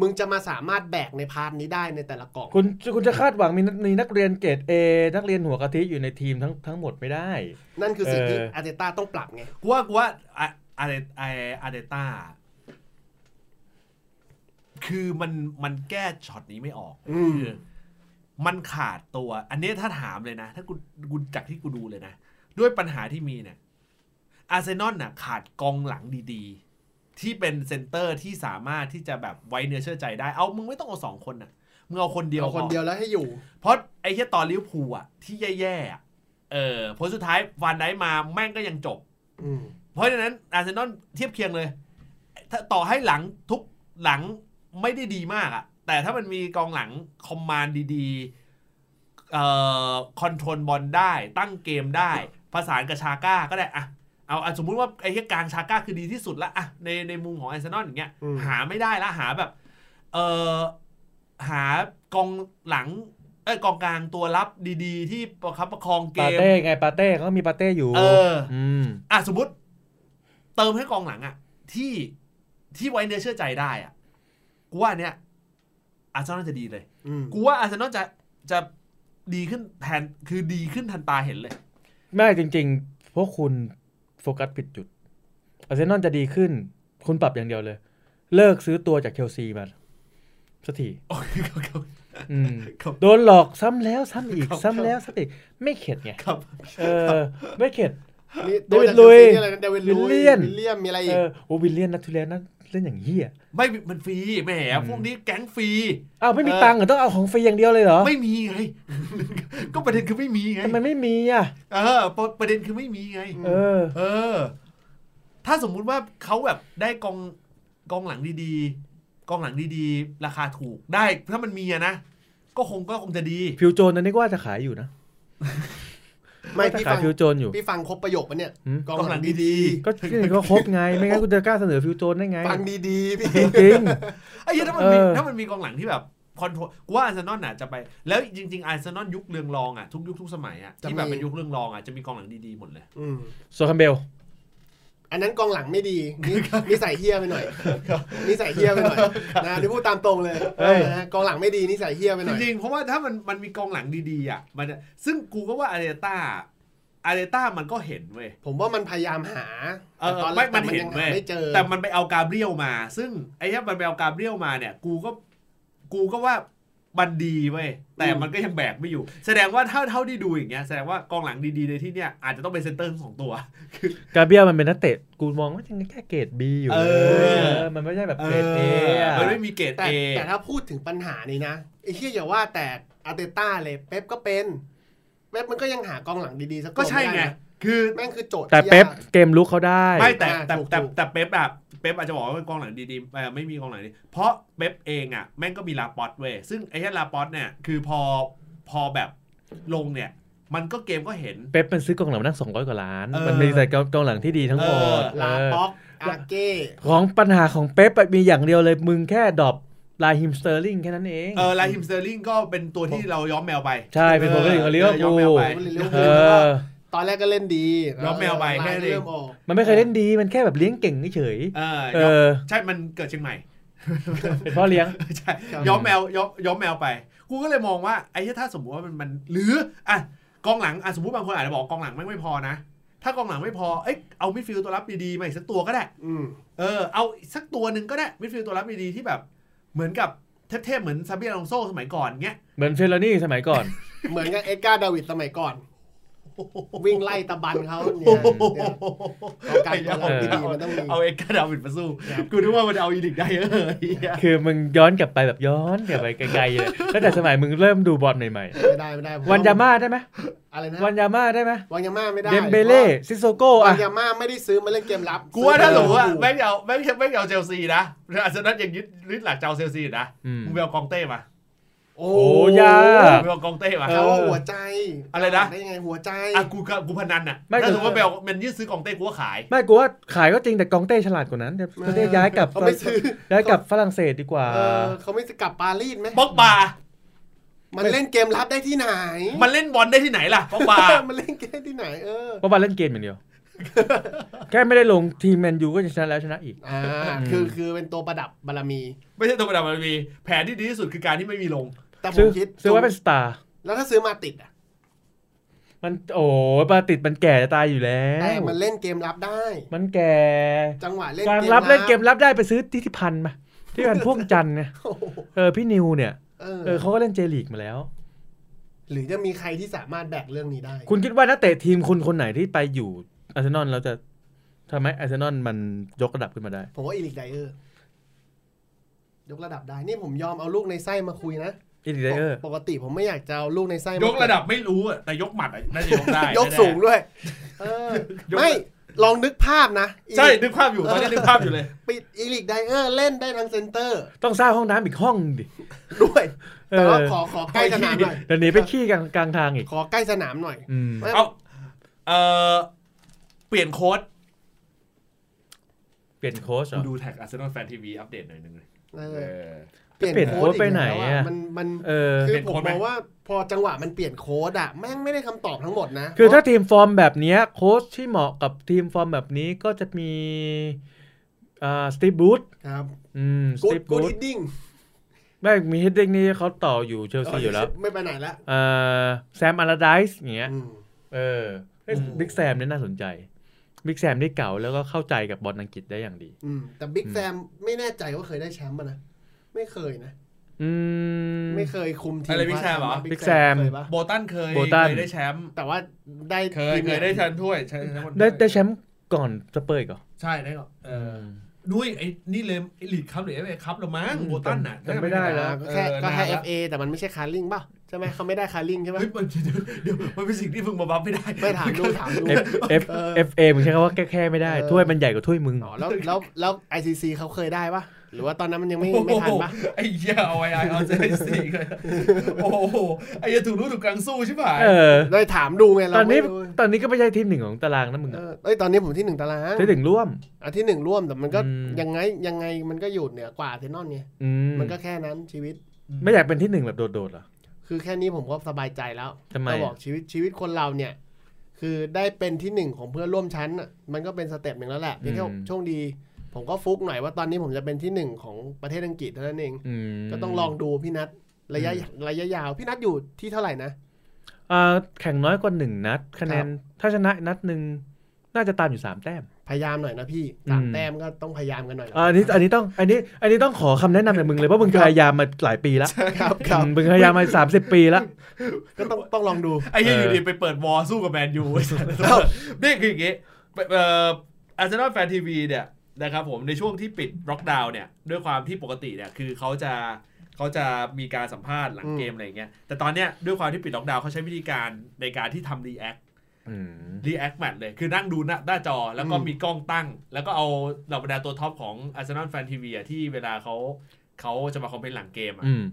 Speaker 2: มึงจะมาสามารถแบกในพาร์ทนี้ได้ในแต่ละกล่อง
Speaker 3: คุณคุณจะคาดหวังมีนักมีนักเรียนเกรด A นักเรียนหัวกะทิอยู่ในทีมทั้งทั้งหมดไม่ได้
Speaker 2: นั่นคือสิ่งที่
Speaker 3: เอออ
Speaker 2: อาร์เตต้าต้องปรับไง
Speaker 1: กูว่ากูว่าอะอาร์เดอะอาร์เดต้า คือมันมันแก้ช็อตนี้ไม่ออก
Speaker 2: อืม
Speaker 1: คือมันขาดตัว อันนี้ถ้าถามเลยนะ ถ้ากูกูจากที่กูดูเลยนะ ด้วยปัญหาที่มีเนี่ยอาร์เซนอลน่ะ ขาดกองหลังดีๆ ที่เป็นเซนเตอร์ที่สามารถที่จะแบบไว้เนื้อเชื่อใจได้ เอามึงไม่ต้องเอาสองคนน่ะมึงเอาคนเดียว
Speaker 2: เอาคน
Speaker 1: พอ
Speaker 2: เดียวแล้วให้อยู่
Speaker 1: เพราะไอ้แค่ตอนลิเวอร์พูลอะที่แย่ๆอะเออผลสุดท้ายฟานไดมาแม่งก็ยังจบ
Speaker 2: อืม
Speaker 1: เพราะฉะนั้นอาร์เซนอลเทียบเคียงเลยถ้าต่อให้หลังทุกหลังไม่ได้ดีมากอะแต่ถ้ามันมีกองหลังคอมมานด์ดีๆเอ่อคอนโทรลบอลได้ ตั้งเกมได้ประสานกับชาก้าก็ได้อะเอาเอาสมมุติว่าไอ้แค่กลางชาก้าคือดีที่สุดละอะในในมุมของอาร์เซนอลอย่างเงี้ย
Speaker 2: อืม
Speaker 1: หาไม่ได้ละหาแบบเออหากองหลังเอ้ยกองกลางตัวรับดีๆ ที่ประคับประคองเก
Speaker 3: ปาม เต้ไงปาเต้เขาก็มีปาเต้อยู่
Speaker 1: เออ
Speaker 3: ม
Speaker 1: อ่ะสมมติเติมให้กองหลังอะที่ที่ไว้เนื้อเชื่อใจได้อะกูว่าอันเนี้ยอาร์เซนอลจะดีเลย
Speaker 2: อืม
Speaker 1: กูว่าอาร์เซนอลจะจะดีขึ้นแทนคือดีขึ้นทันตาเห็นเลย
Speaker 3: ไม่จริง ๆ พวกคุณโฟกัสผิดจุดอาร์เซนอลจะดีขึ้น คุณปรับอย่างเดียวเลย เลิกซื้อตัวจากเชลซีมาสักที
Speaker 1: โอ้ยครับครับ
Speaker 3: อืม
Speaker 1: ครับ
Speaker 3: โดนหลอกซ้ำแล้วซ้ำอีกซ้ำแล้วซ้ำอีกไม่เข็ดไง
Speaker 1: ครับ
Speaker 3: เออ ไม่เข็ด
Speaker 2: นี่
Speaker 3: เดวิด
Speaker 2: โจาก
Speaker 3: ลุย
Speaker 2: ซีรีส์อะไรนะเดวิดลุย
Speaker 3: วิลเลียน
Speaker 2: วิลเลียมมีอะไรอี
Speaker 3: เอก อโอวิลเลียนนัททุเรียนนั่นเล่นอย่างเฮีย
Speaker 1: ไม่มันฟรีแหม
Speaker 3: อืม
Speaker 1: พวกนี้แก๊งฟรี
Speaker 3: อ้าวไม่มี
Speaker 1: เออ
Speaker 3: ตังค์เหรอต้องเอาของฟรีอย่างเดียวเลยเหรอ
Speaker 1: ไม่มีไง ก็ประเด็นคือไม่มีไง
Speaker 3: ทำไมไม่มีอ่ะ
Speaker 1: เออประประเด็นคือไม่มีไง
Speaker 3: เออ
Speaker 1: เออ ถ้าสมมุติว่าเขาแบบได้กองกองหลังดีๆ กองหลังดีๆ ราคาถูกได้ ถ้ามันมีอะนะ ก็คงก็คงจะดี
Speaker 3: ฟิวโจนนั้นนึกว่าจะขายอยู่นะ
Speaker 2: ไม่
Speaker 3: ว่าจะ
Speaker 2: พี่
Speaker 3: ขา
Speaker 2: ฟั
Speaker 3: ย
Speaker 2: ง
Speaker 3: ฟิวโจนอยู่
Speaker 2: พี่ฟังครบประโยคปะเนี่ย
Speaker 3: หืม
Speaker 2: กองหลังดี
Speaker 3: ก็นี่ก็ครบไง ไม่งั้นกูจะกล้าเสนอฟิวโจนได้ไง
Speaker 2: ๆ ฟังดีๆพี่
Speaker 3: จริง
Speaker 1: ไอ้เหี้ยถ้ามันมี
Speaker 3: เออ
Speaker 1: ถ้ามันมีกองหลังที่แบบคอนโทรลกูว่าอาร์เซนอลน่ะจะไป แล้วจริงๆอาร์เซนอลยุคเรืองรองอ่ะทุกยุคทุกสมัยอ่ะ
Speaker 2: จะมี
Speaker 1: ที่แบบเป็นยุคเรืองรองอ่ะจะมีกองหลังดีๆหมดเลย
Speaker 2: อืม
Speaker 3: ๆโซคัมเบล
Speaker 2: อันนั้นกองหลังไม่ดีนี่นี่ใส่เฮี้ยไปหน่อยนี่ใส่เฮี้ยไปหน่อยนะนี่พูดตามตรงเลย
Speaker 3: เอ้ย
Speaker 2: นะกองหลังไม่ดีนี่ใส่เฮี้ยไปห
Speaker 1: จ
Speaker 2: น่อย
Speaker 1: ริงๆ เพราะว่าถ้ามันมันมีกองหลังดีๆอ่ะมันจะซึ่งกูก็ว่าอาร์เตต้าอาร์เตต้ามันก็เห็นเว้ย
Speaker 2: ผมว่ามันพยายามหา
Speaker 1: เออ
Speaker 2: แต่ตอนแร
Speaker 1: ไม่
Speaker 2: ก
Speaker 1: มั
Speaker 2: แต่
Speaker 1: น
Speaker 2: มัน
Speaker 1: เห็น
Speaker 2: ยัง
Speaker 1: เว้
Speaker 2: หาย ไม่เจอ
Speaker 1: แต่มันไปเอากาเบรียลมา ซึ่งไอ้ที่มันไปเอากาเบรียลมาเนี่ย กูก็กูก็ว่ามันดีเว้ยแต่มันก็ยังแบกไม่อยู่ แสดงว่าเท่าเท่าที่ดูอย่างเงี้ยแสดงว่ากองหลังดีๆในที่เนี้ยอาจจะต้องเป็นเซนเตอร์ทั้งสองตัว
Speaker 3: กาเบียมันเป็นนักเตะ กูมองว่ายังแค่เกรดบีอยู่
Speaker 1: เออ
Speaker 3: เออ มันไม่ใช่แบบเกรดเออะ
Speaker 1: มันไม่มีเกรด
Speaker 2: แต่
Speaker 1: เอ
Speaker 2: แต่ถ้าพูดถึงปัญหานี้นะไอ้เฮี้ยอย่าว่าแต่อาร์เตต้าเลยเป๊ปก็เป็นเป๊ปมันก็ยังหากองหลังดีๆสักคน
Speaker 1: ก็ใช่ไง
Speaker 2: ด้นะ
Speaker 1: คือ
Speaker 2: แม่งคือโจทย์
Speaker 3: แต่
Speaker 2: ที่
Speaker 3: เป๊ป
Speaker 2: ยาก
Speaker 3: เกมลุกเขาได้
Speaker 1: ไม่แต่
Speaker 2: อ่า
Speaker 1: แต่
Speaker 2: ถูก
Speaker 1: แต่
Speaker 2: ถูก
Speaker 1: แต่เป๊ปอะเป๊ปอาจจะบอกว่าเป็นกองหลังดีๆเออไม่มีกองหลังดีเพราะเป๊ปเองอะแม่งก็มีลาปอตเว้ยซึ่งไอ้ที่ลาปอตเนี่ยคือพอพอแบบลงเนี่ย มันก็เกมก็เห็น
Speaker 3: เป๊ปมันซื้อกองหลังมานั่งสองร้อยกว่าล้าน
Speaker 1: เออ
Speaker 3: มันมีแต่กองหลังที่ดีทั้งหมด
Speaker 1: เออ
Speaker 2: ลา
Speaker 3: เอ
Speaker 2: ป๊
Speaker 3: อ
Speaker 2: อกอาเก้
Speaker 3: ของปัญหาของเป๊ปอะมีอย่างเดียวเลยมึงแค่ดรอปลายฮิมสเตอร์ลิงแค่นั้นเอง
Speaker 1: เออลายฮิมสเตอร์ลิงก็เป็นตัวที่เราย้อมแมวไป
Speaker 3: ใช่เป็นตัวที่เหลือเลี้ยว
Speaker 1: ย้อมแมวไป
Speaker 2: บูล เออ
Speaker 3: เออ
Speaker 2: ตอนแรกก็เล่นดี
Speaker 1: ยอมแมวไปแค่
Speaker 2: แค่
Speaker 1: นั้นเอง
Speaker 2: เริ่มออก
Speaker 3: มันไม่เคยเล่นดีมันแค่แบบเลี้ยงเก่งเฉย
Speaker 1: เออ
Speaker 3: ๆเอ
Speaker 1: ย้อม
Speaker 3: อ
Speaker 1: ใช่มันเกิดเชียงใหม่
Speaker 3: เป็นพ่อเลี้ยง
Speaker 1: ใช่ย้อมแมวย้อมย้อมแมวไป กูก็เลยมองว่าไอ้ถ้าสมมติว่ามันมันหรืออ่ะกองหลังอ่ะสมมติบางคนอาจจะบอกกองหลังไม่งไม่พอนะ ถ้ากองหลังไม่พอเอ้ยเอามิดฟิลด์ตัวรับดีๆมาอีกสักตัวก็ได้
Speaker 2: อืม
Speaker 1: เออเอาอีกสักตัวหนึ่งก็ได้มิดฟิลด์ตัวรับดีๆที่แบบ เหมือนกับเทพๆเหมือนซาเบียอลองโซสมัยก่อนเงี้ย
Speaker 3: เหมือนเฟลลนี่สมัยก่อน
Speaker 2: เหมือนกับเอ็ดการ์ดาวิดสมัยก่อน วิ่งไล่ตะบันเขาเนี่ยเนี่ยกองกลารตัว
Speaker 1: เอาเอา
Speaker 2: เราดีๆมันต้องมี
Speaker 1: เอาเอ็กกาดาวิดมาสู้กูนึกว่ามันเอาอีดิกได้เออเหี้ย
Speaker 3: คือมึงย้อนกลับไปแบบย้อนกลับไปไกลๆเลยตั้งแต่สมัยมึงเริ่มดูบอลใหม่
Speaker 2: ไม่ได้ไม่ได้
Speaker 3: ๆวันยาม่าได้ไหม
Speaker 2: อะไรนะ
Speaker 3: วันยาม่าได้ไหม
Speaker 2: วันยาม่าไม่ได้
Speaker 3: เดมเบเล่ซิโซโก้
Speaker 2: วั
Speaker 3: อะ
Speaker 2: นยาม่าไม่ได้ซื้อมาเล่นเกมรับ
Speaker 1: กูว่าถ้าหลู
Speaker 2: ซื้
Speaker 1: อ่ะ
Speaker 2: ม
Speaker 1: แม่งเอาแม่งแม่งเอาเชลซีนะอาร์เซนอลยังยึดยึดหลักเจ้าเชลซีอยู่นะ
Speaker 3: อืม
Speaker 1: มึงไปเอากองเต้มา
Speaker 2: โอ้
Speaker 3: โอ้ยาก
Speaker 1: มึงไปเอากองเต้มา
Speaker 2: เขาว่าหัวใจ
Speaker 1: อะไรนะ
Speaker 2: ด้ยังไงหัวใจ
Speaker 1: อ่ะกูก็กูพนันอ่ะ
Speaker 3: ไม่
Speaker 1: ถ้าสมมติว่าเบลมันยืดซื้อกองเต้กูก็ขาย
Speaker 3: ไม่กูว่าขายก็จริงแต่กองเต้ฉลาดกว่านั้นเดี๋ยวกองเต้ย้ายกลับ
Speaker 2: เขาไม่ซื้อ
Speaker 3: ย้ายกลับฝรั่งเศสดีกว่า
Speaker 2: เออเขาไม่ซื้อกลับปารีสไหม
Speaker 1: ป๊อกบา
Speaker 2: มันเล่นเกมรับได้ที่ไหน
Speaker 1: มันเล่นบอลได้ที่ไหนล่ะป๊อกบา
Speaker 2: มันเล่นเกมที่ไหนเออ
Speaker 3: เพราะว่าเล่นเกมอย่างเดียว แค่ไม่ได้ลงทีมแมนยูก็จะชนะแล้วชนะอีก
Speaker 2: อ่าคือคือเป็นตัวประดับบารมี
Speaker 1: ไม่ใช่ตัวประดับมันมีแผนที่ดีที่สุดคือการที่ไม่มีลง
Speaker 2: แต่ผ
Speaker 3: ซื้
Speaker 2: ม
Speaker 3: อ
Speaker 2: คิด
Speaker 3: ซื้อไว้เป็นสตาร์
Speaker 2: แล้วถ้าซื้อมาติดอ่ะ
Speaker 3: มันโอ้ยปาติดมันแก่จะตายอยู่แล้
Speaker 2: แต่
Speaker 3: ว
Speaker 2: มันเล่นเกมรับได้
Speaker 3: มันแก่
Speaker 2: จังหวะเล่น
Speaker 3: กลาง
Speaker 2: เกม
Speaker 3: รับเล่นเกมรับได้ไปซื้อที่ที่พันมา ที่พันพ่วงจันทร์เนี่ย
Speaker 2: โอ้โห
Speaker 3: เออพี่นิวเนี่ย
Speaker 2: เออ
Speaker 3: เออเขาก็เล่นเจลีกมาแล้ว
Speaker 2: หรือจะมีใครที่สามารถแบกเรื่องนี้ได้
Speaker 3: คุณคิดว่านักเตะทีมคุณคนไหนที่ไปอยู่อาร์เซนอลแล้วจะทำไมอาร์เซนอลมันยกระดับขึ้นมาได้
Speaker 2: ผมว่าอีลิกไดเออร์ยกระดับได้นี่ผมยอมเอาลูกในไส้มาคุยนะ
Speaker 3: อีลิกไดเออร์
Speaker 2: ปกติผมไม่อยากจะเอาลูกในไส้มาย
Speaker 1: กระดับไม่รู้อะแต่ยกหมัดอะน่าจะยกได้
Speaker 2: ยกสูงด้วยเอ อย
Speaker 1: ก
Speaker 2: ไม่ลองนึกภาพนะ
Speaker 1: ใช่นึกภาพอยู่ตอนนี้นึกภาพอยู่เลย
Speaker 2: ปิดอีลิกไดเออร์เล่นได้ทั้งเซนเตอร์
Speaker 3: ต้องสร้างห้องน้ำอีกห้องดิ
Speaker 2: ด้วย
Speaker 3: เออ
Speaker 2: แต่ว่าขอขอใกล้สนามหน่อย
Speaker 3: เดี๋ยวหนี้ไปขี้กลางกลางทางอีก
Speaker 2: ขอใกล้สนามหน่อย
Speaker 3: อืม
Speaker 2: ไม่
Speaker 1: เอาเออเปลี่ยนโค้ด
Speaker 3: เปลี่ยนโค้ชเหร
Speaker 1: กู
Speaker 3: อ
Speaker 1: ดูแท็กอาร์เซนอลแฟนทีวีอัปเดตหน่อยนึงเลย
Speaker 2: เอ
Speaker 1: เอ
Speaker 2: อ
Speaker 1: อ
Speaker 2: เปลี่ยน
Speaker 3: เปลี่ยนโค้ช
Speaker 2: อีก
Speaker 3: ไปไหน
Speaker 2: แล้ว
Speaker 3: อะ
Speaker 2: มันมัน
Speaker 3: เออ
Speaker 2: คือ
Speaker 1: เปลี่ยน
Speaker 2: ผ
Speaker 1: โค้
Speaker 2: ม
Speaker 1: ชไหม
Speaker 2: มองว่าพอจังหวะมันเปลี่ยนโค้ดอะแม่งไม่ได้คำตอบทั้งหมดนะ
Speaker 3: คือถ้าทีมฟอร์มแบบเนี้ยโค้ชที่เหมาะกับทีมฟอร์มแบบนี้ก็จะมีอ่าสตีฟบูธ
Speaker 2: ครับ
Speaker 3: อืมส
Speaker 2: กูด
Speaker 3: ตีฟ
Speaker 2: กู
Speaker 3: บู
Speaker 2: ด
Speaker 3: ธ
Speaker 2: ฮิดดิ้ง
Speaker 3: ไม่มีฮิดดิ้งนี่เขาต่ออยู่เชลซีอยู่แล้ว
Speaker 2: ไม่ไปไหนละ
Speaker 3: อ่าแซมอาราไดส์อย่างเงี้ย
Speaker 2: อืม
Speaker 3: เออเอ้ย
Speaker 2: โอ้โห
Speaker 3: บิ๊กแซมนี่น่าสนใจบิ๊กแซมนี่เก่าแล้วก็เข้าใจกับบอลอังกฤษได้อย่างดี
Speaker 2: อืมแต่บิ๊ก
Speaker 3: อืม
Speaker 2: แซมไม่แน่ใจว่าเคยได้แชมป์ป่ะนะ ไม่เคยนะ
Speaker 3: อืม
Speaker 2: ไม่เคยคุมทีม
Speaker 1: อะไร Big Sam เหรอ
Speaker 2: ว่า Big
Speaker 3: Big Sam
Speaker 2: เคยปะ
Speaker 1: โบตันเคย
Speaker 3: โบตัน
Speaker 1: เคยได้แชมป์
Speaker 2: แต่ว่าได้
Speaker 1: เคยเคยได้แชมป์ถ้วยใช่
Speaker 3: ได้ได้แชมป์ก่อนสเปอร์อีกเหรอ
Speaker 1: ใช่ได้ก็เออนุ้ยไอ้นี่เลยไอ้ลีดคัพหรือเอฟเอคัพหรือมั้งโบตันน่ะ
Speaker 3: จำไม่ได้
Speaker 2: ได้แล้
Speaker 3: แล้ว ว
Speaker 2: ก็แค่ก็
Speaker 1: เออ
Speaker 2: แค่
Speaker 1: นานละ
Speaker 2: FA แต่มันไม่ใช่คาร์ลิงป่ะใช่ไหมเขาไม่ได้คาร์ลิงใช่ไหม
Speaker 1: เฮ้ยมันเดี๋ยวมันเป็นสิ่งที่มึงมาบัฟไม่ได้
Speaker 2: ไม่ถามดูถามดู
Speaker 3: เอฟเอฟเอฟเอมึงใช้คำว่าแก้แค่ไม่ได้ถ้วยมันใหญ่กว่าถ้วยมึง
Speaker 2: อ๋อแล้วแล้วแล้ว ICC เขาเคยได้ป่ะ หรือว่าตอนนั้นมันยังไม่ไม่ทันป่ะ
Speaker 1: โอ้โหไอ้เหี้ยเอาไอ้เอาเจอ สี่เลยโอ้โหไอ้เหี้ยถูกรู้ถูกกลางสู้ใช่ป่ะ
Speaker 3: เออ
Speaker 2: ได้ถามดูไงเรา
Speaker 3: ตอนนี้
Speaker 2: ไม่รู้
Speaker 3: ตอนนี้ก็ไม่ใช่ทีมหนึ่งของตารางนะมึง
Speaker 2: เออเอ้ยตอนนี้ผมที่หนึ่งตาราง
Speaker 3: ทีมหนึ่งร่วม
Speaker 2: อันที่หนึ่งร่วมแต่มันก็
Speaker 3: อืม
Speaker 2: ยังไงยังไงมันก็อยู่เหนือกว่าเทนนอนไง
Speaker 3: อืม
Speaker 2: มันก็แค่นั้นชีวิต
Speaker 3: ไม่อยากเป็นที่หนึ่งแบบโดดๆเหรอ
Speaker 2: คือแค่นี้ผมก็สบายใจแล้ว
Speaker 3: ทำไม
Speaker 2: ก็
Speaker 3: อ่ะ
Speaker 2: บอกชีวิตชีวิตคนเราเนี่ย คือได้เป็นที่หนึ่งของเพื่อนร่วมชั้นน่ะมันก็เป็นสเต็ปหนึ่งแล้วแหละเพียงแค่
Speaker 3: อืม
Speaker 2: โช่วงดี ผมก็ฟุกหน่อยว่าตอนนี้ผมจะเป็นที่หนึ่งของประเทศอังกฤษเท่านั้นเอง
Speaker 3: อืม
Speaker 2: ก็ต้องลองดูพี่นัทระยะระยะยาว พี่นัทอยู่ที่เท่าไหร่นะ
Speaker 3: อ่าแข่งน้อยกว่าหนึ่งนัด คะแนนถ้าชนะนัดหนึ่งน่าจะตามอยู่สามแต้ม
Speaker 2: พยายามหน่อยนะพี่สาม
Speaker 3: อืม
Speaker 2: แต้มก็ต้องพยายามกันหน่อย
Speaker 3: อ่าอันนี้อันนี้ต้องอันนี้อันนี้ต้องขอคำแนะนำจากมึงเลยเพราะมึงพยายามมาหลายปีแล้ว
Speaker 2: ครับครับ
Speaker 3: มึงพยายามมาสามสิบปีแล้ว
Speaker 2: ก็ต้องต้องลองดู
Speaker 1: ไอ้เหี้ย
Speaker 3: เอ
Speaker 1: อ
Speaker 3: อ
Speaker 1: ยู่ดีไปเปิดวอร์สู้กับแมน ยูไอ้สัส
Speaker 2: เอ้า
Speaker 1: นี่คืออย่างงี้เอ่ออาร์เซนอลแฟนทีวีเนี่ยนะครับผมในช่วงที่ปิดล็อกดาวน์เนี่ยด้วยความที่ปกติเนี่ยคือเขาจะเขาจะมีการสัมภาษณ์หลังเกมอะไรอย่างเงี้ยแต่ตอนเนี้ยด้วยความที่ปิดล็อกดาวน์เขาใช้วิธีการในการที่ทำรีแอค
Speaker 3: อืม
Speaker 1: รีแอคแมทเลย คือนั่งดูหน้าหน้าจอแล้วก็มีกล้องตั้ง แล้วก็เอาเหล่าบรรดาตัวท็อปของอาร์เซนอลแฟนทีวีที่เวลาเขาเขาจะมาคอมเมนต์หลังเกมอะ
Speaker 3: อืม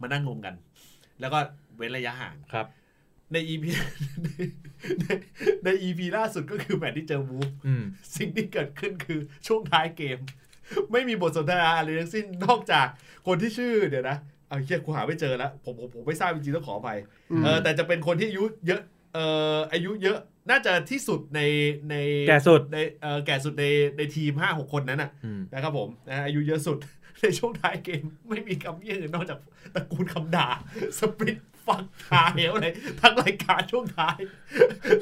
Speaker 1: มานั่งรวมกัน แล้วก็เว้นระยะห่าง
Speaker 3: ครับ
Speaker 1: ในอีพี ในอีพีล่าสุดก็คือแมตช์ที่เจอมูฟ
Speaker 3: อืม
Speaker 1: สิ่งที่เกิดขึ้นคือช่วงท้ายเกม ไม่มีบทสนทนาอะไรทั้งสิ้นนอกจากคนที่ชื่อเดี๋ยวนะเอาเฮียกูหาไม่เจอแล้วผมผมผมไม่ทราบจริงๆต้องขออภัย
Speaker 2: อืม
Speaker 1: เออแต่จะเป็นคนที่อายุเยอะเอออายุเยอะน่าจะที่สุดในใน
Speaker 3: แก่สุด
Speaker 1: ในเออแก่สุดในในทีมห้าหกคนนั้นน่ะ
Speaker 3: อืม
Speaker 1: นะครับผมนะอายุเยอะสุด ในช่วงท้ายเกมไม่มีคำเยี่ยอื่นนอกจากตระกูลคำด่าสปริตฟักทาเหวอะไรทั้งรายการช่วงท้าย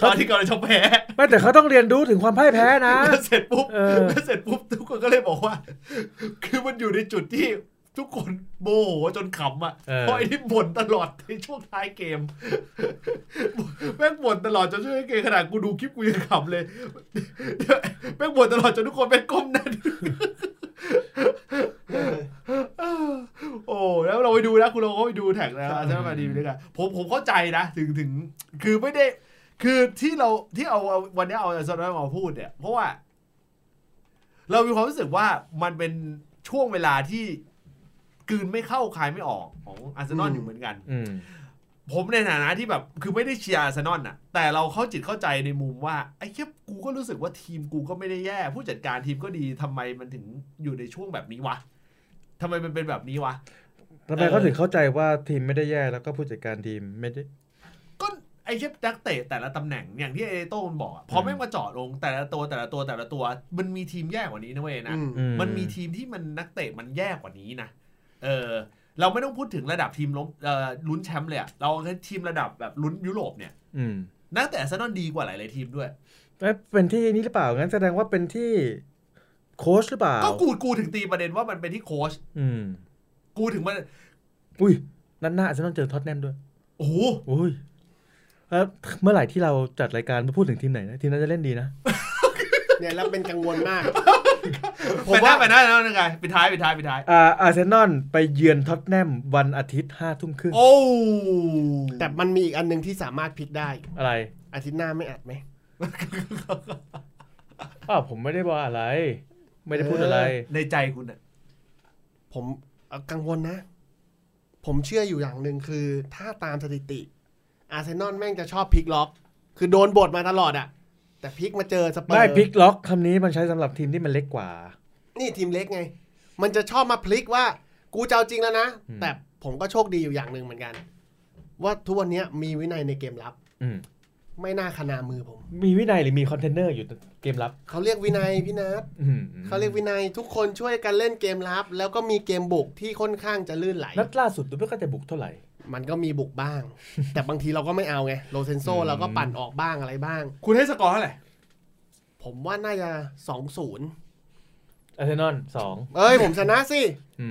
Speaker 1: ตอนที่กำลังจะแพ้
Speaker 3: ไม่แต่เขาต้องเรียนรู้ถึงความพ่ายแพ้นะ
Speaker 1: แล้วเสร็จปุ๊บ
Speaker 3: เออ
Speaker 1: แล้วเสร็จปุ๊บทุกคนก็เลยบอกว่า คือมันอยู่ในจุดที่ ทุกคนโมโหจนขำอ่ะ
Speaker 3: เออ
Speaker 1: เพราะไอ้นี่บ่นตลอดในช่วงท้ายเกม แม่งบ่นตลอดจนช่วงท้ายเกมขนาดกูดูคลิปกูยังขำเลย แม่งบ่นตลอดจนทุกคนแม่งก้มหน้าดู โอ้แล้วเราไปดูนะคุณเราก็ไปดูแท็กแล้วใช่ไหมดีด้วยกันผมผมเข้าใจนะถึงถึง คือไม่ได้ คือที่เราที่เอาวันนี้เอาอาร์เซนอลมาพูดเนี่ย เพราะว่า เรามีความรู้สึกว่ามันเป็นช่วงเวลาที่กลืนไม่เข้าคายไม่ออกของอาร์เซนอล
Speaker 2: อืม
Speaker 1: อยู่เหมือนกัน
Speaker 3: อืม
Speaker 1: ผมในฐานะที่แบบ คือไม่ได้เชียร์อาร์เซนอลน่ะ แต่เราเข้าจิตเข้าใจในมุมว่า ไอ้แค่กูก็รู้สึกว่าทีมกูก็ไม่ได้แย่ ผู้จัดการทีมก็ดีทำไมมันถึงอยู่ในช่วงแบบนี้วะทำไมมันเป็นแบบนี้วะ
Speaker 3: ทำไมเขาถึงเข้าใจว่าทีมไม่ได้แย่แล้วก็ผู้จัดการทีมไม่ได้
Speaker 1: ก็ไอ้เชฟนักเตะแต่ละตำแหน่งอย่างที่เอโต้มันบอกอะพอแม่งมาเจาะลงแต่ละตัวแต่ละตัวแต่ละตัว มันมีทีมแย่กว่านี้นะเว้ยนะ
Speaker 2: อืม
Speaker 3: อื
Speaker 1: มันมีทีมที่มันนักเตะมันแย่กว่านี้นะ เออ เราไม่ต้องพูดถึงระดับทีมล้มเอ่อลุ้นแชมป์เลยอะเราเอาแค่ทีมระดับแบบลุ้นยุโรปเนี่ย
Speaker 3: อืม
Speaker 1: นักเตะอาร์เซนอลดีกว่าหลายๆทีมด้วย
Speaker 3: เอ๊ะเป็นที่นี่หรือเปล่างั้นแสดงว่าเป็นที่โค้ชหรือเปล่า
Speaker 1: ก็กูกูถึงตีประเด็นว่ามันเป็นที่โค้ช
Speaker 3: อืม
Speaker 1: กูถึงมัน
Speaker 3: อุ้ยนั่นหน้าอาร์เซนอลเจอท็อตแนมด้วย
Speaker 1: โอ้โห
Speaker 3: อุ้ยเอ่อเมื่อไหร่ที่เราจัดรายการมาพูดถึงทีมไหนนะทีมนั้นจะเล่นดีนะ
Speaker 2: เนี่ยแล้วเป็นกังวลมาก
Speaker 1: ไปหน้าไปหน้าแล้วยังไงปิดท้ายปิดท้ายปิดท้าย
Speaker 3: อ่าอาร์เซนอลไปเยือนท็อตแนมวันอาทิตย์ห้าทุ่มครึ่ง
Speaker 1: โอ้
Speaker 2: แต่มันมีอีกอันหนึ่งที่สามารถพลิกได้
Speaker 3: อะไร
Speaker 2: อาทิตย์หน้าไม่อัดไหม
Speaker 3: อ้าวผมไม่ได้บอกอะไร ไม่ได้พูดอะไร
Speaker 1: ในใจคุณอะ
Speaker 2: ผมเอากังวลนะ ผมเชื่ออยู่อย่างหนึ่งคือ ถ้าตามสถิติ อาร์เซนอลแม่งจะชอบพลิกล็อก คือโดนบทมาตลอดอะแต่พลิกมาเจอสเปอร์
Speaker 3: ไม่พลิกล็อกคำนี้มันใช้สำหรับทีมที่มันเล็กกว่า
Speaker 2: นี่ทีมเล็กไง มันจะชอบมาพลิกว่า กูจะเอาจริงแล้วนะ
Speaker 3: อืม
Speaker 2: แต่ผมก็โชคดีอยู่อย่างหนึ่งเหมือนกัน ว่าทุกวันเนี้ยมีวินัยในเกมรับ
Speaker 3: อืม
Speaker 2: ไม่น่าขนามือผม
Speaker 3: มีวินัยหรือมีคอนเทนเนอร์อยู่เกมรับ
Speaker 2: เขาเรียกวินัยพี่นัท
Speaker 3: อืม
Speaker 2: เขาเรียกวินัยทุกคนช่วยกันเล่นเกมรับ แล้วก็มีเกมบุกที่ค่อนข้างจะลื่นไหล
Speaker 3: นัดล่าสุดดูไม่ก็จะบุกเท่าไหร่
Speaker 2: มันก็มีบุกบ้าง แต่บางทีเราก็ไม่เอาไงโลเซนโซ
Speaker 3: อืม
Speaker 2: เราก็ปั่นออกบ้างอะไรบ้าง
Speaker 1: คุณให้สกอร์เท่าไหร่
Speaker 2: ผมว่าน่าจะสองศูนย์
Speaker 3: อาร์เซนอลสอง
Speaker 2: เอ้ย ผมชนะสิ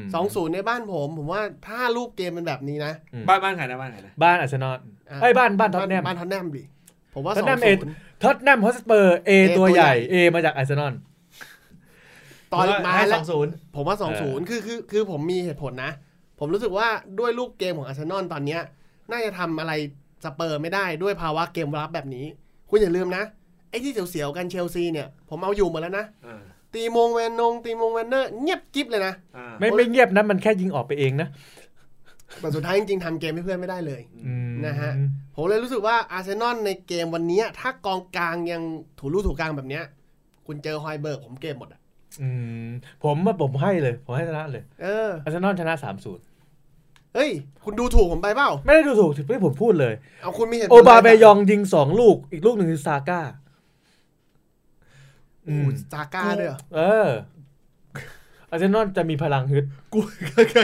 Speaker 3: ม
Speaker 2: สองศูนย์ในบ้านผม ผมว่าถ้ารูปเกมเป็นแบบนี้นะ
Speaker 3: อืม
Speaker 1: บ้านบ้านใครนะบ้านใครนะ
Speaker 3: บ้านอาร์เซนอล
Speaker 2: อ่ะ
Speaker 3: ไอ้ยบ้านบ้านท็อต
Speaker 2: บ้าน
Speaker 3: แนม
Speaker 2: บ้านท็อตแนมดิผมว่าส
Speaker 3: ท็อ
Speaker 2: อง
Speaker 3: ตแนมเอ็
Speaker 2: ศู
Speaker 3: ด
Speaker 2: นย์
Speaker 3: ท็อตแนมฮอสเปอร์ เอ
Speaker 2: A
Speaker 3: ตัว
Speaker 2: ตัว
Speaker 3: ให
Speaker 2: ใหญ่
Speaker 3: ญ่ เอ มาจากอาร์เซนอล
Speaker 2: ตอนมา
Speaker 1: ให้ส
Speaker 2: แล้
Speaker 1: อ
Speaker 2: ว
Speaker 1: งศูนย์
Speaker 2: ผมว่าสอง
Speaker 3: เอ
Speaker 2: ศูน
Speaker 3: อ
Speaker 2: ย์คือคือคือผมมีเหตุผลนะ ผมรู้สึกว่าด้วยรูปเกมของอาร์เซนอลตอนเนี้ย น่าจะทำอะไรสเปอร์ไม่ได้ด้วยภาวะเกมรับแบบนี้ คุณอย่าลืมนะไอ้ที่เสียวๆกันเชลซีเนี่ย ผมเอาอยู่หมดแล้วนะ
Speaker 1: อ่า
Speaker 2: ตีมงแวนนงตีมงแวนเนอร์เงียบกิ๊บเลยนะ
Speaker 1: อ่า
Speaker 3: ไม่ไม่เงียบนะมันแค่ยิงออกไปเองนะ
Speaker 2: แต่สุดท้ายจริงๆทำเกมให้เพื่อนไม่ได้เลย
Speaker 3: อืม
Speaker 2: นะฮะ ผมเลยรู้สึกว่าอาร์เซนอลในเกมวันเนี้ยถ้ากองกลางยังถูรูถูกลางแบบเนี้ย คุณเจอฮอยเบิร์กผมเกมหมดอ่ะ
Speaker 3: อืมผมว่าผมให้เลย ผมให้ชนะเลย
Speaker 2: เออ
Speaker 3: อาร์เซนอลชนะสามศูนย์
Speaker 2: เฮ้ย คุณดูถูกผมไปเปล่า
Speaker 3: ไม่ได้ดูถูกที่ผมพูดเลย
Speaker 2: เอาคุณมีเหตุผล
Speaker 3: โอบาเบย
Speaker 2: ะ
Speaker 3: องยิงสองลูก อีกลูกหนึ่งคือซาก้า
Speaker 2: โอ้โหซาก้าด้วยเหรอ
Speaker 3: เออ อาร์เซนอลจะมีพลังฮึด
Speaker 1: กู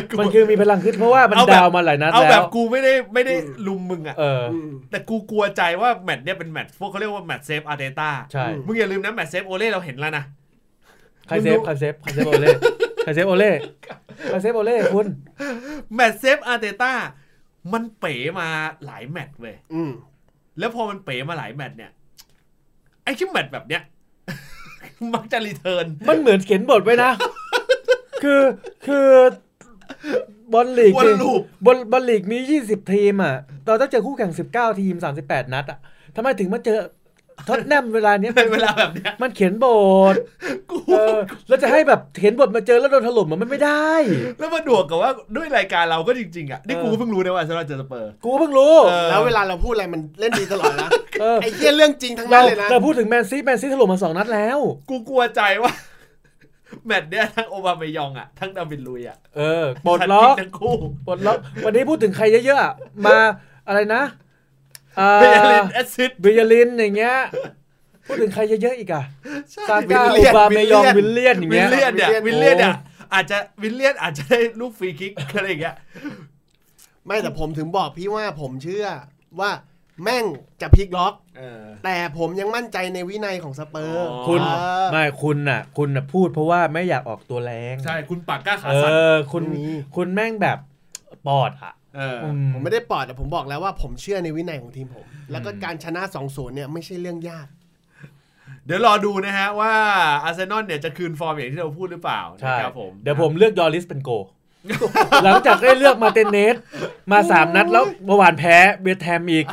Speaker 1: กู
Speaker 3: มันคือมีพลังฮึดเพราะว่ามัน
Speaker 1: เอาแบบ
Speaker 3: ดาวมาหลายนัด
Speaker 1: เอาแบ
Speaker 3: แล้
Speaker 1: บ
Speaker 3: ว
Speaker 1: กูไม่ได้ไม่ได้ลุมมึงอะ
Speaker 3: เออ
Speaker 2: อืม
Speaker 1: แต่กูกลัวใจว่าแมตช์เนี่ยเป็นแมตช์พวกเขาเรียกว่าแมตช์เซฟอาร์เตต้า
Speaker 3: ใช่
Speaker 1: มึงอย่าลืมนะแมตช์เซฟโอเล่เราเห็นแล้วนะ
Speaker 3: ใครเซฟ ใครเซฟ ใครเซฟโอเล่ ใครเซฟโอเล่ ใครเซฟโอเล่คุณ
Speaker 1: แมตช์เซฟอาร์เตต้ามันเป๋มาหลายแมตช์เว้ย
Speaker 2: อืม
Speaker 1: แล้วพอมันเป๋มาหลายแมตช์เนี่ย ไอ้ชิ้แมตช์แบบเนี้ย มักจะรีเทิร์น
Speaker 3: มันเหมือนเขียนบทไว้นะ คือ คือบอลลีก
Speaker 1: วนลูป
Speaker 3: บอลบอลลีกมี 20 ทีมอ่ะ เราต้องเจอคู่แข่ง 19 ทีม 38 นัดอ่ะทำไมถึงมาเจอท็อตแนมเวลาเนี้ย
Speaker 1: เป็นเวลาแบบเนี้ย
Speaker 3: มันเขียนบท
Speaker 1: กู
Speaker 3: เออแล้วจะให้แบบเห็นบทมาเจอแล้วโดนถล่มอะมันไม่ได้
Speaker 1: แล้วมาดวกกับว่าด้วยรายการเราก็จริง ๆ อ่ะ นี่กู
Speaker 3: เออ
Speaker 1: ก็เพิ่งรู้นะว่าสำหรับเจอสเปอร์
Speaker 3: กูเพิ่งรู้
Speaker 1: เออ
Speaker 2: แล้วเวลาเราพูดอะไรมันเล่นดีตลอด นะ
Speaker 3: เออ
Speaker 2: ไอ้เหี้ยเรื่องจริงทั้ง
Speaker 3: เรา
Speaker 2: นั้นเลยนะ
Speaker 3: เราพูดถึงแมนซีแมนซีถล่มมาสองนัดแล้ว
Speaker 1: กูกลัวใจว่า แมตช์เนี้ยทั้งโอบาเมยองอ่ะทั้งดาวินลุยอ่ะ
Speaker 3: เออปลดล็อก
Speaker 1: ทั้งคู่
Speaker 3: ปลดล็อกวันนี้พูดถึงใครเยอะๆอะมาอะไรนะอ่า
Speaker 1: เบยลินแอสซิด
Speaker 3: เบยลินอย่างเงี้ยพูดถึงใครเยอะๆอีกอะซา
Speaker 2: วิ
Speaker 3: ก้า
Speaker 2: ล
Speaker 3: อุ
Speaker 2: เลียน
Speaker 3: บาเมยองวิลเลียนอย่าง
Speaker 1: วิ
Speaker 3: เงี้
Speaker 1: ล
Speaker 3: ย
Speaker 1: เลียนเนี่ย
Speaker 2: วิ
Speaker 1: วิล
Speaker 2: ลเลี
Speaker 1: เลีย
Speaker 2: ย
Speaker 1: น
Speaker 2: น
Speaker 1: เนี่ยอาจจะวิลเลียนอาจจะได้ลูกฟรีคิกอะไรอย่างเงี้ย
Speaker 2: ไม่แต่ผมถึงบอกพี่ว่าผมเชื่อว่า แม่งจะพลิกล็อก
Speaker 1: เออ
Speaker 2: แต่ผมยังมั่นใจในวินัยของสเปอร์
Speaker 1: อ๋อ
Speaker 3: คุณ
Speaker 2: เออ
Speaker 3: ไม่คุณน่ะ คุณน่ะพูดเพราะว่าไม่อยากออกตัวแรง
Speaker 1: ใช่คุณปากกล้าขา
Speaker 3: เอ
Speaker 1: สั่น
Speaker 3: อ คุณ
Speaker 2: ไม่มี
Speaker 3: คุณแม่งแบบปอดอ่ะ
Speaker 1: เออ
Speaker 3: อื
Speaker 2: ผมไม่ได้ปลอดแต่ผมบอกแล้วว่าผมเชื่อในวินัยของทีมผม แล้วก็การชนะ2อศูนย์เนี่ยไม่ใช่เรื่องยาก
Speaker 1: เดี๋ยวรอดูนะฮะว่าอาร์เซนอลเนี่ยจะคืนฟอร์มอย่างที่เราพูดหรือเปล่า
Speaker 3: ใช่
Speaker 1: นะครับผม
Speaker 3: เดี๋ยวผมเลือกยอริสเป็นโก หลังจากได้เลือกมาเตนเนส มาสามนัดแล้วเมื่อวานแพ้เบยดแทมอีก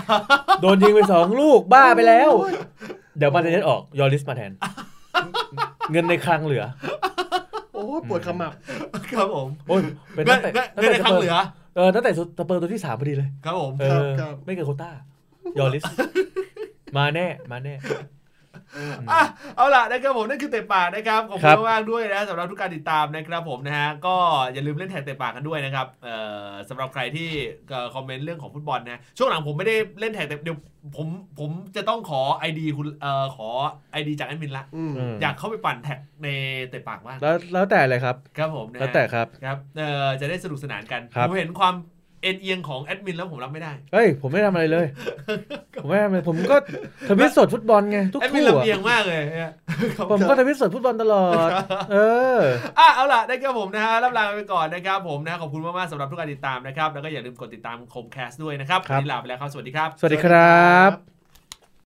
Speaker 3: โดนยิงไปสองลูกบ้าไปแล้ว เดี๋ยวมาเตนเนสออกยอริสมาแทน เงินในคลังเหลือ
Speaker 2: โอ้ยปวดขมับ
Speaker 1: ครับผม
Speaker 3: โอ้ยเป็น
Speaker 1: เงิ
Speaker 3: นั
Speaker 1: น
Speaker 3: กเตะ
Speaker 1: เงินเงิน
Speaker 3: นัก
Speaker 1: ใน
Speaker 3: เตะ
Speaker 1: ครั้ง
Speaker 3: สเปอ
Speaker 1: เหลือ
Speaker 3: ร์เออนักเตะสเปอร์ตัวที่สามพอดีเลย
Speaker 1: ครับผม
Speaker 3: เอ
Speaker 2: ครับ
Speaker 3: อ
Speaker 2: ครับ
Speaker 3: ไม่เกินโควต้า ยอริส มาแน่มาแน่
Speaker 1: อ่ะเอาล่ะนะครับผมนั่นคือเตะปากนะครับขอบ
Speaker 3: ค
Speaker 1: คุ
Speaker 3: รับ
Speaker 1: ณมากๆด้วยนะสำหรับทุกการติดตามนะครับผมนะฮะก็อย่าลืมเล่นแท็กเตะปากกันด้วยนะครับเอ่อสำหรับใครที่เอ่อคอมเมนต์เรื่องของฟุตบอลนะช่วงหลังผมไม่ได้เล่นแท็กเตะเดี๋ยวผมผมจะต้องขอ ID คุณเอ่อขอ ID จากแอดมินละ
Speaker 2: อืม
Speaker 3: เออ
Speaker 1: อยากเข้าไปปั่นแท็กในเตะปากบ้าง
Speaker 3: แล้วแล้วแต่เลยครับ
Speaker 1: ครับผมนะฮะ
Speaker 3: แล้วแต่ครับ
Speaker 1: ครับ เอ่อ จะได้สนุกสนานกัน
Speaker 3: ครับ
Speaker 1: ผมเห็นความเอ็นเอียงของแอดมินแล้วผมรับไม่ได้
Speaker 3: เฮ้ย ผมไม่ทำอะไรเลย ผมไม่ทำอะไรผมก็ทวิตสดฟุตบอลไง ทุก
Speaker 1: แอดมิน
Speaker 3: คู่
Speaker 1: ลำ
Speaker 3: อะ
Speaker 1: เอียงมากเลย เนี่ยครับ
Speaker 3: ผมก็ทวิตสดฟุตบอลตลอด เออ
Speaker 1: อ่ะเอาล่ะได้ครับผมนะฮะรับลาไปก่อนนะครับผมนะ ขอบคุณมากๆสำหรับทุกการติดตามนะครับ แล้วก็อย่าลืมกดติดตามคมแคสด้วยนะครับ
Speaker 3: ครับ
Speaker 1: วันนี้ลาไปแล้วครับ สวัสดีครับ
Speaker 3: สวัสดีครับ
Speaker 2: บ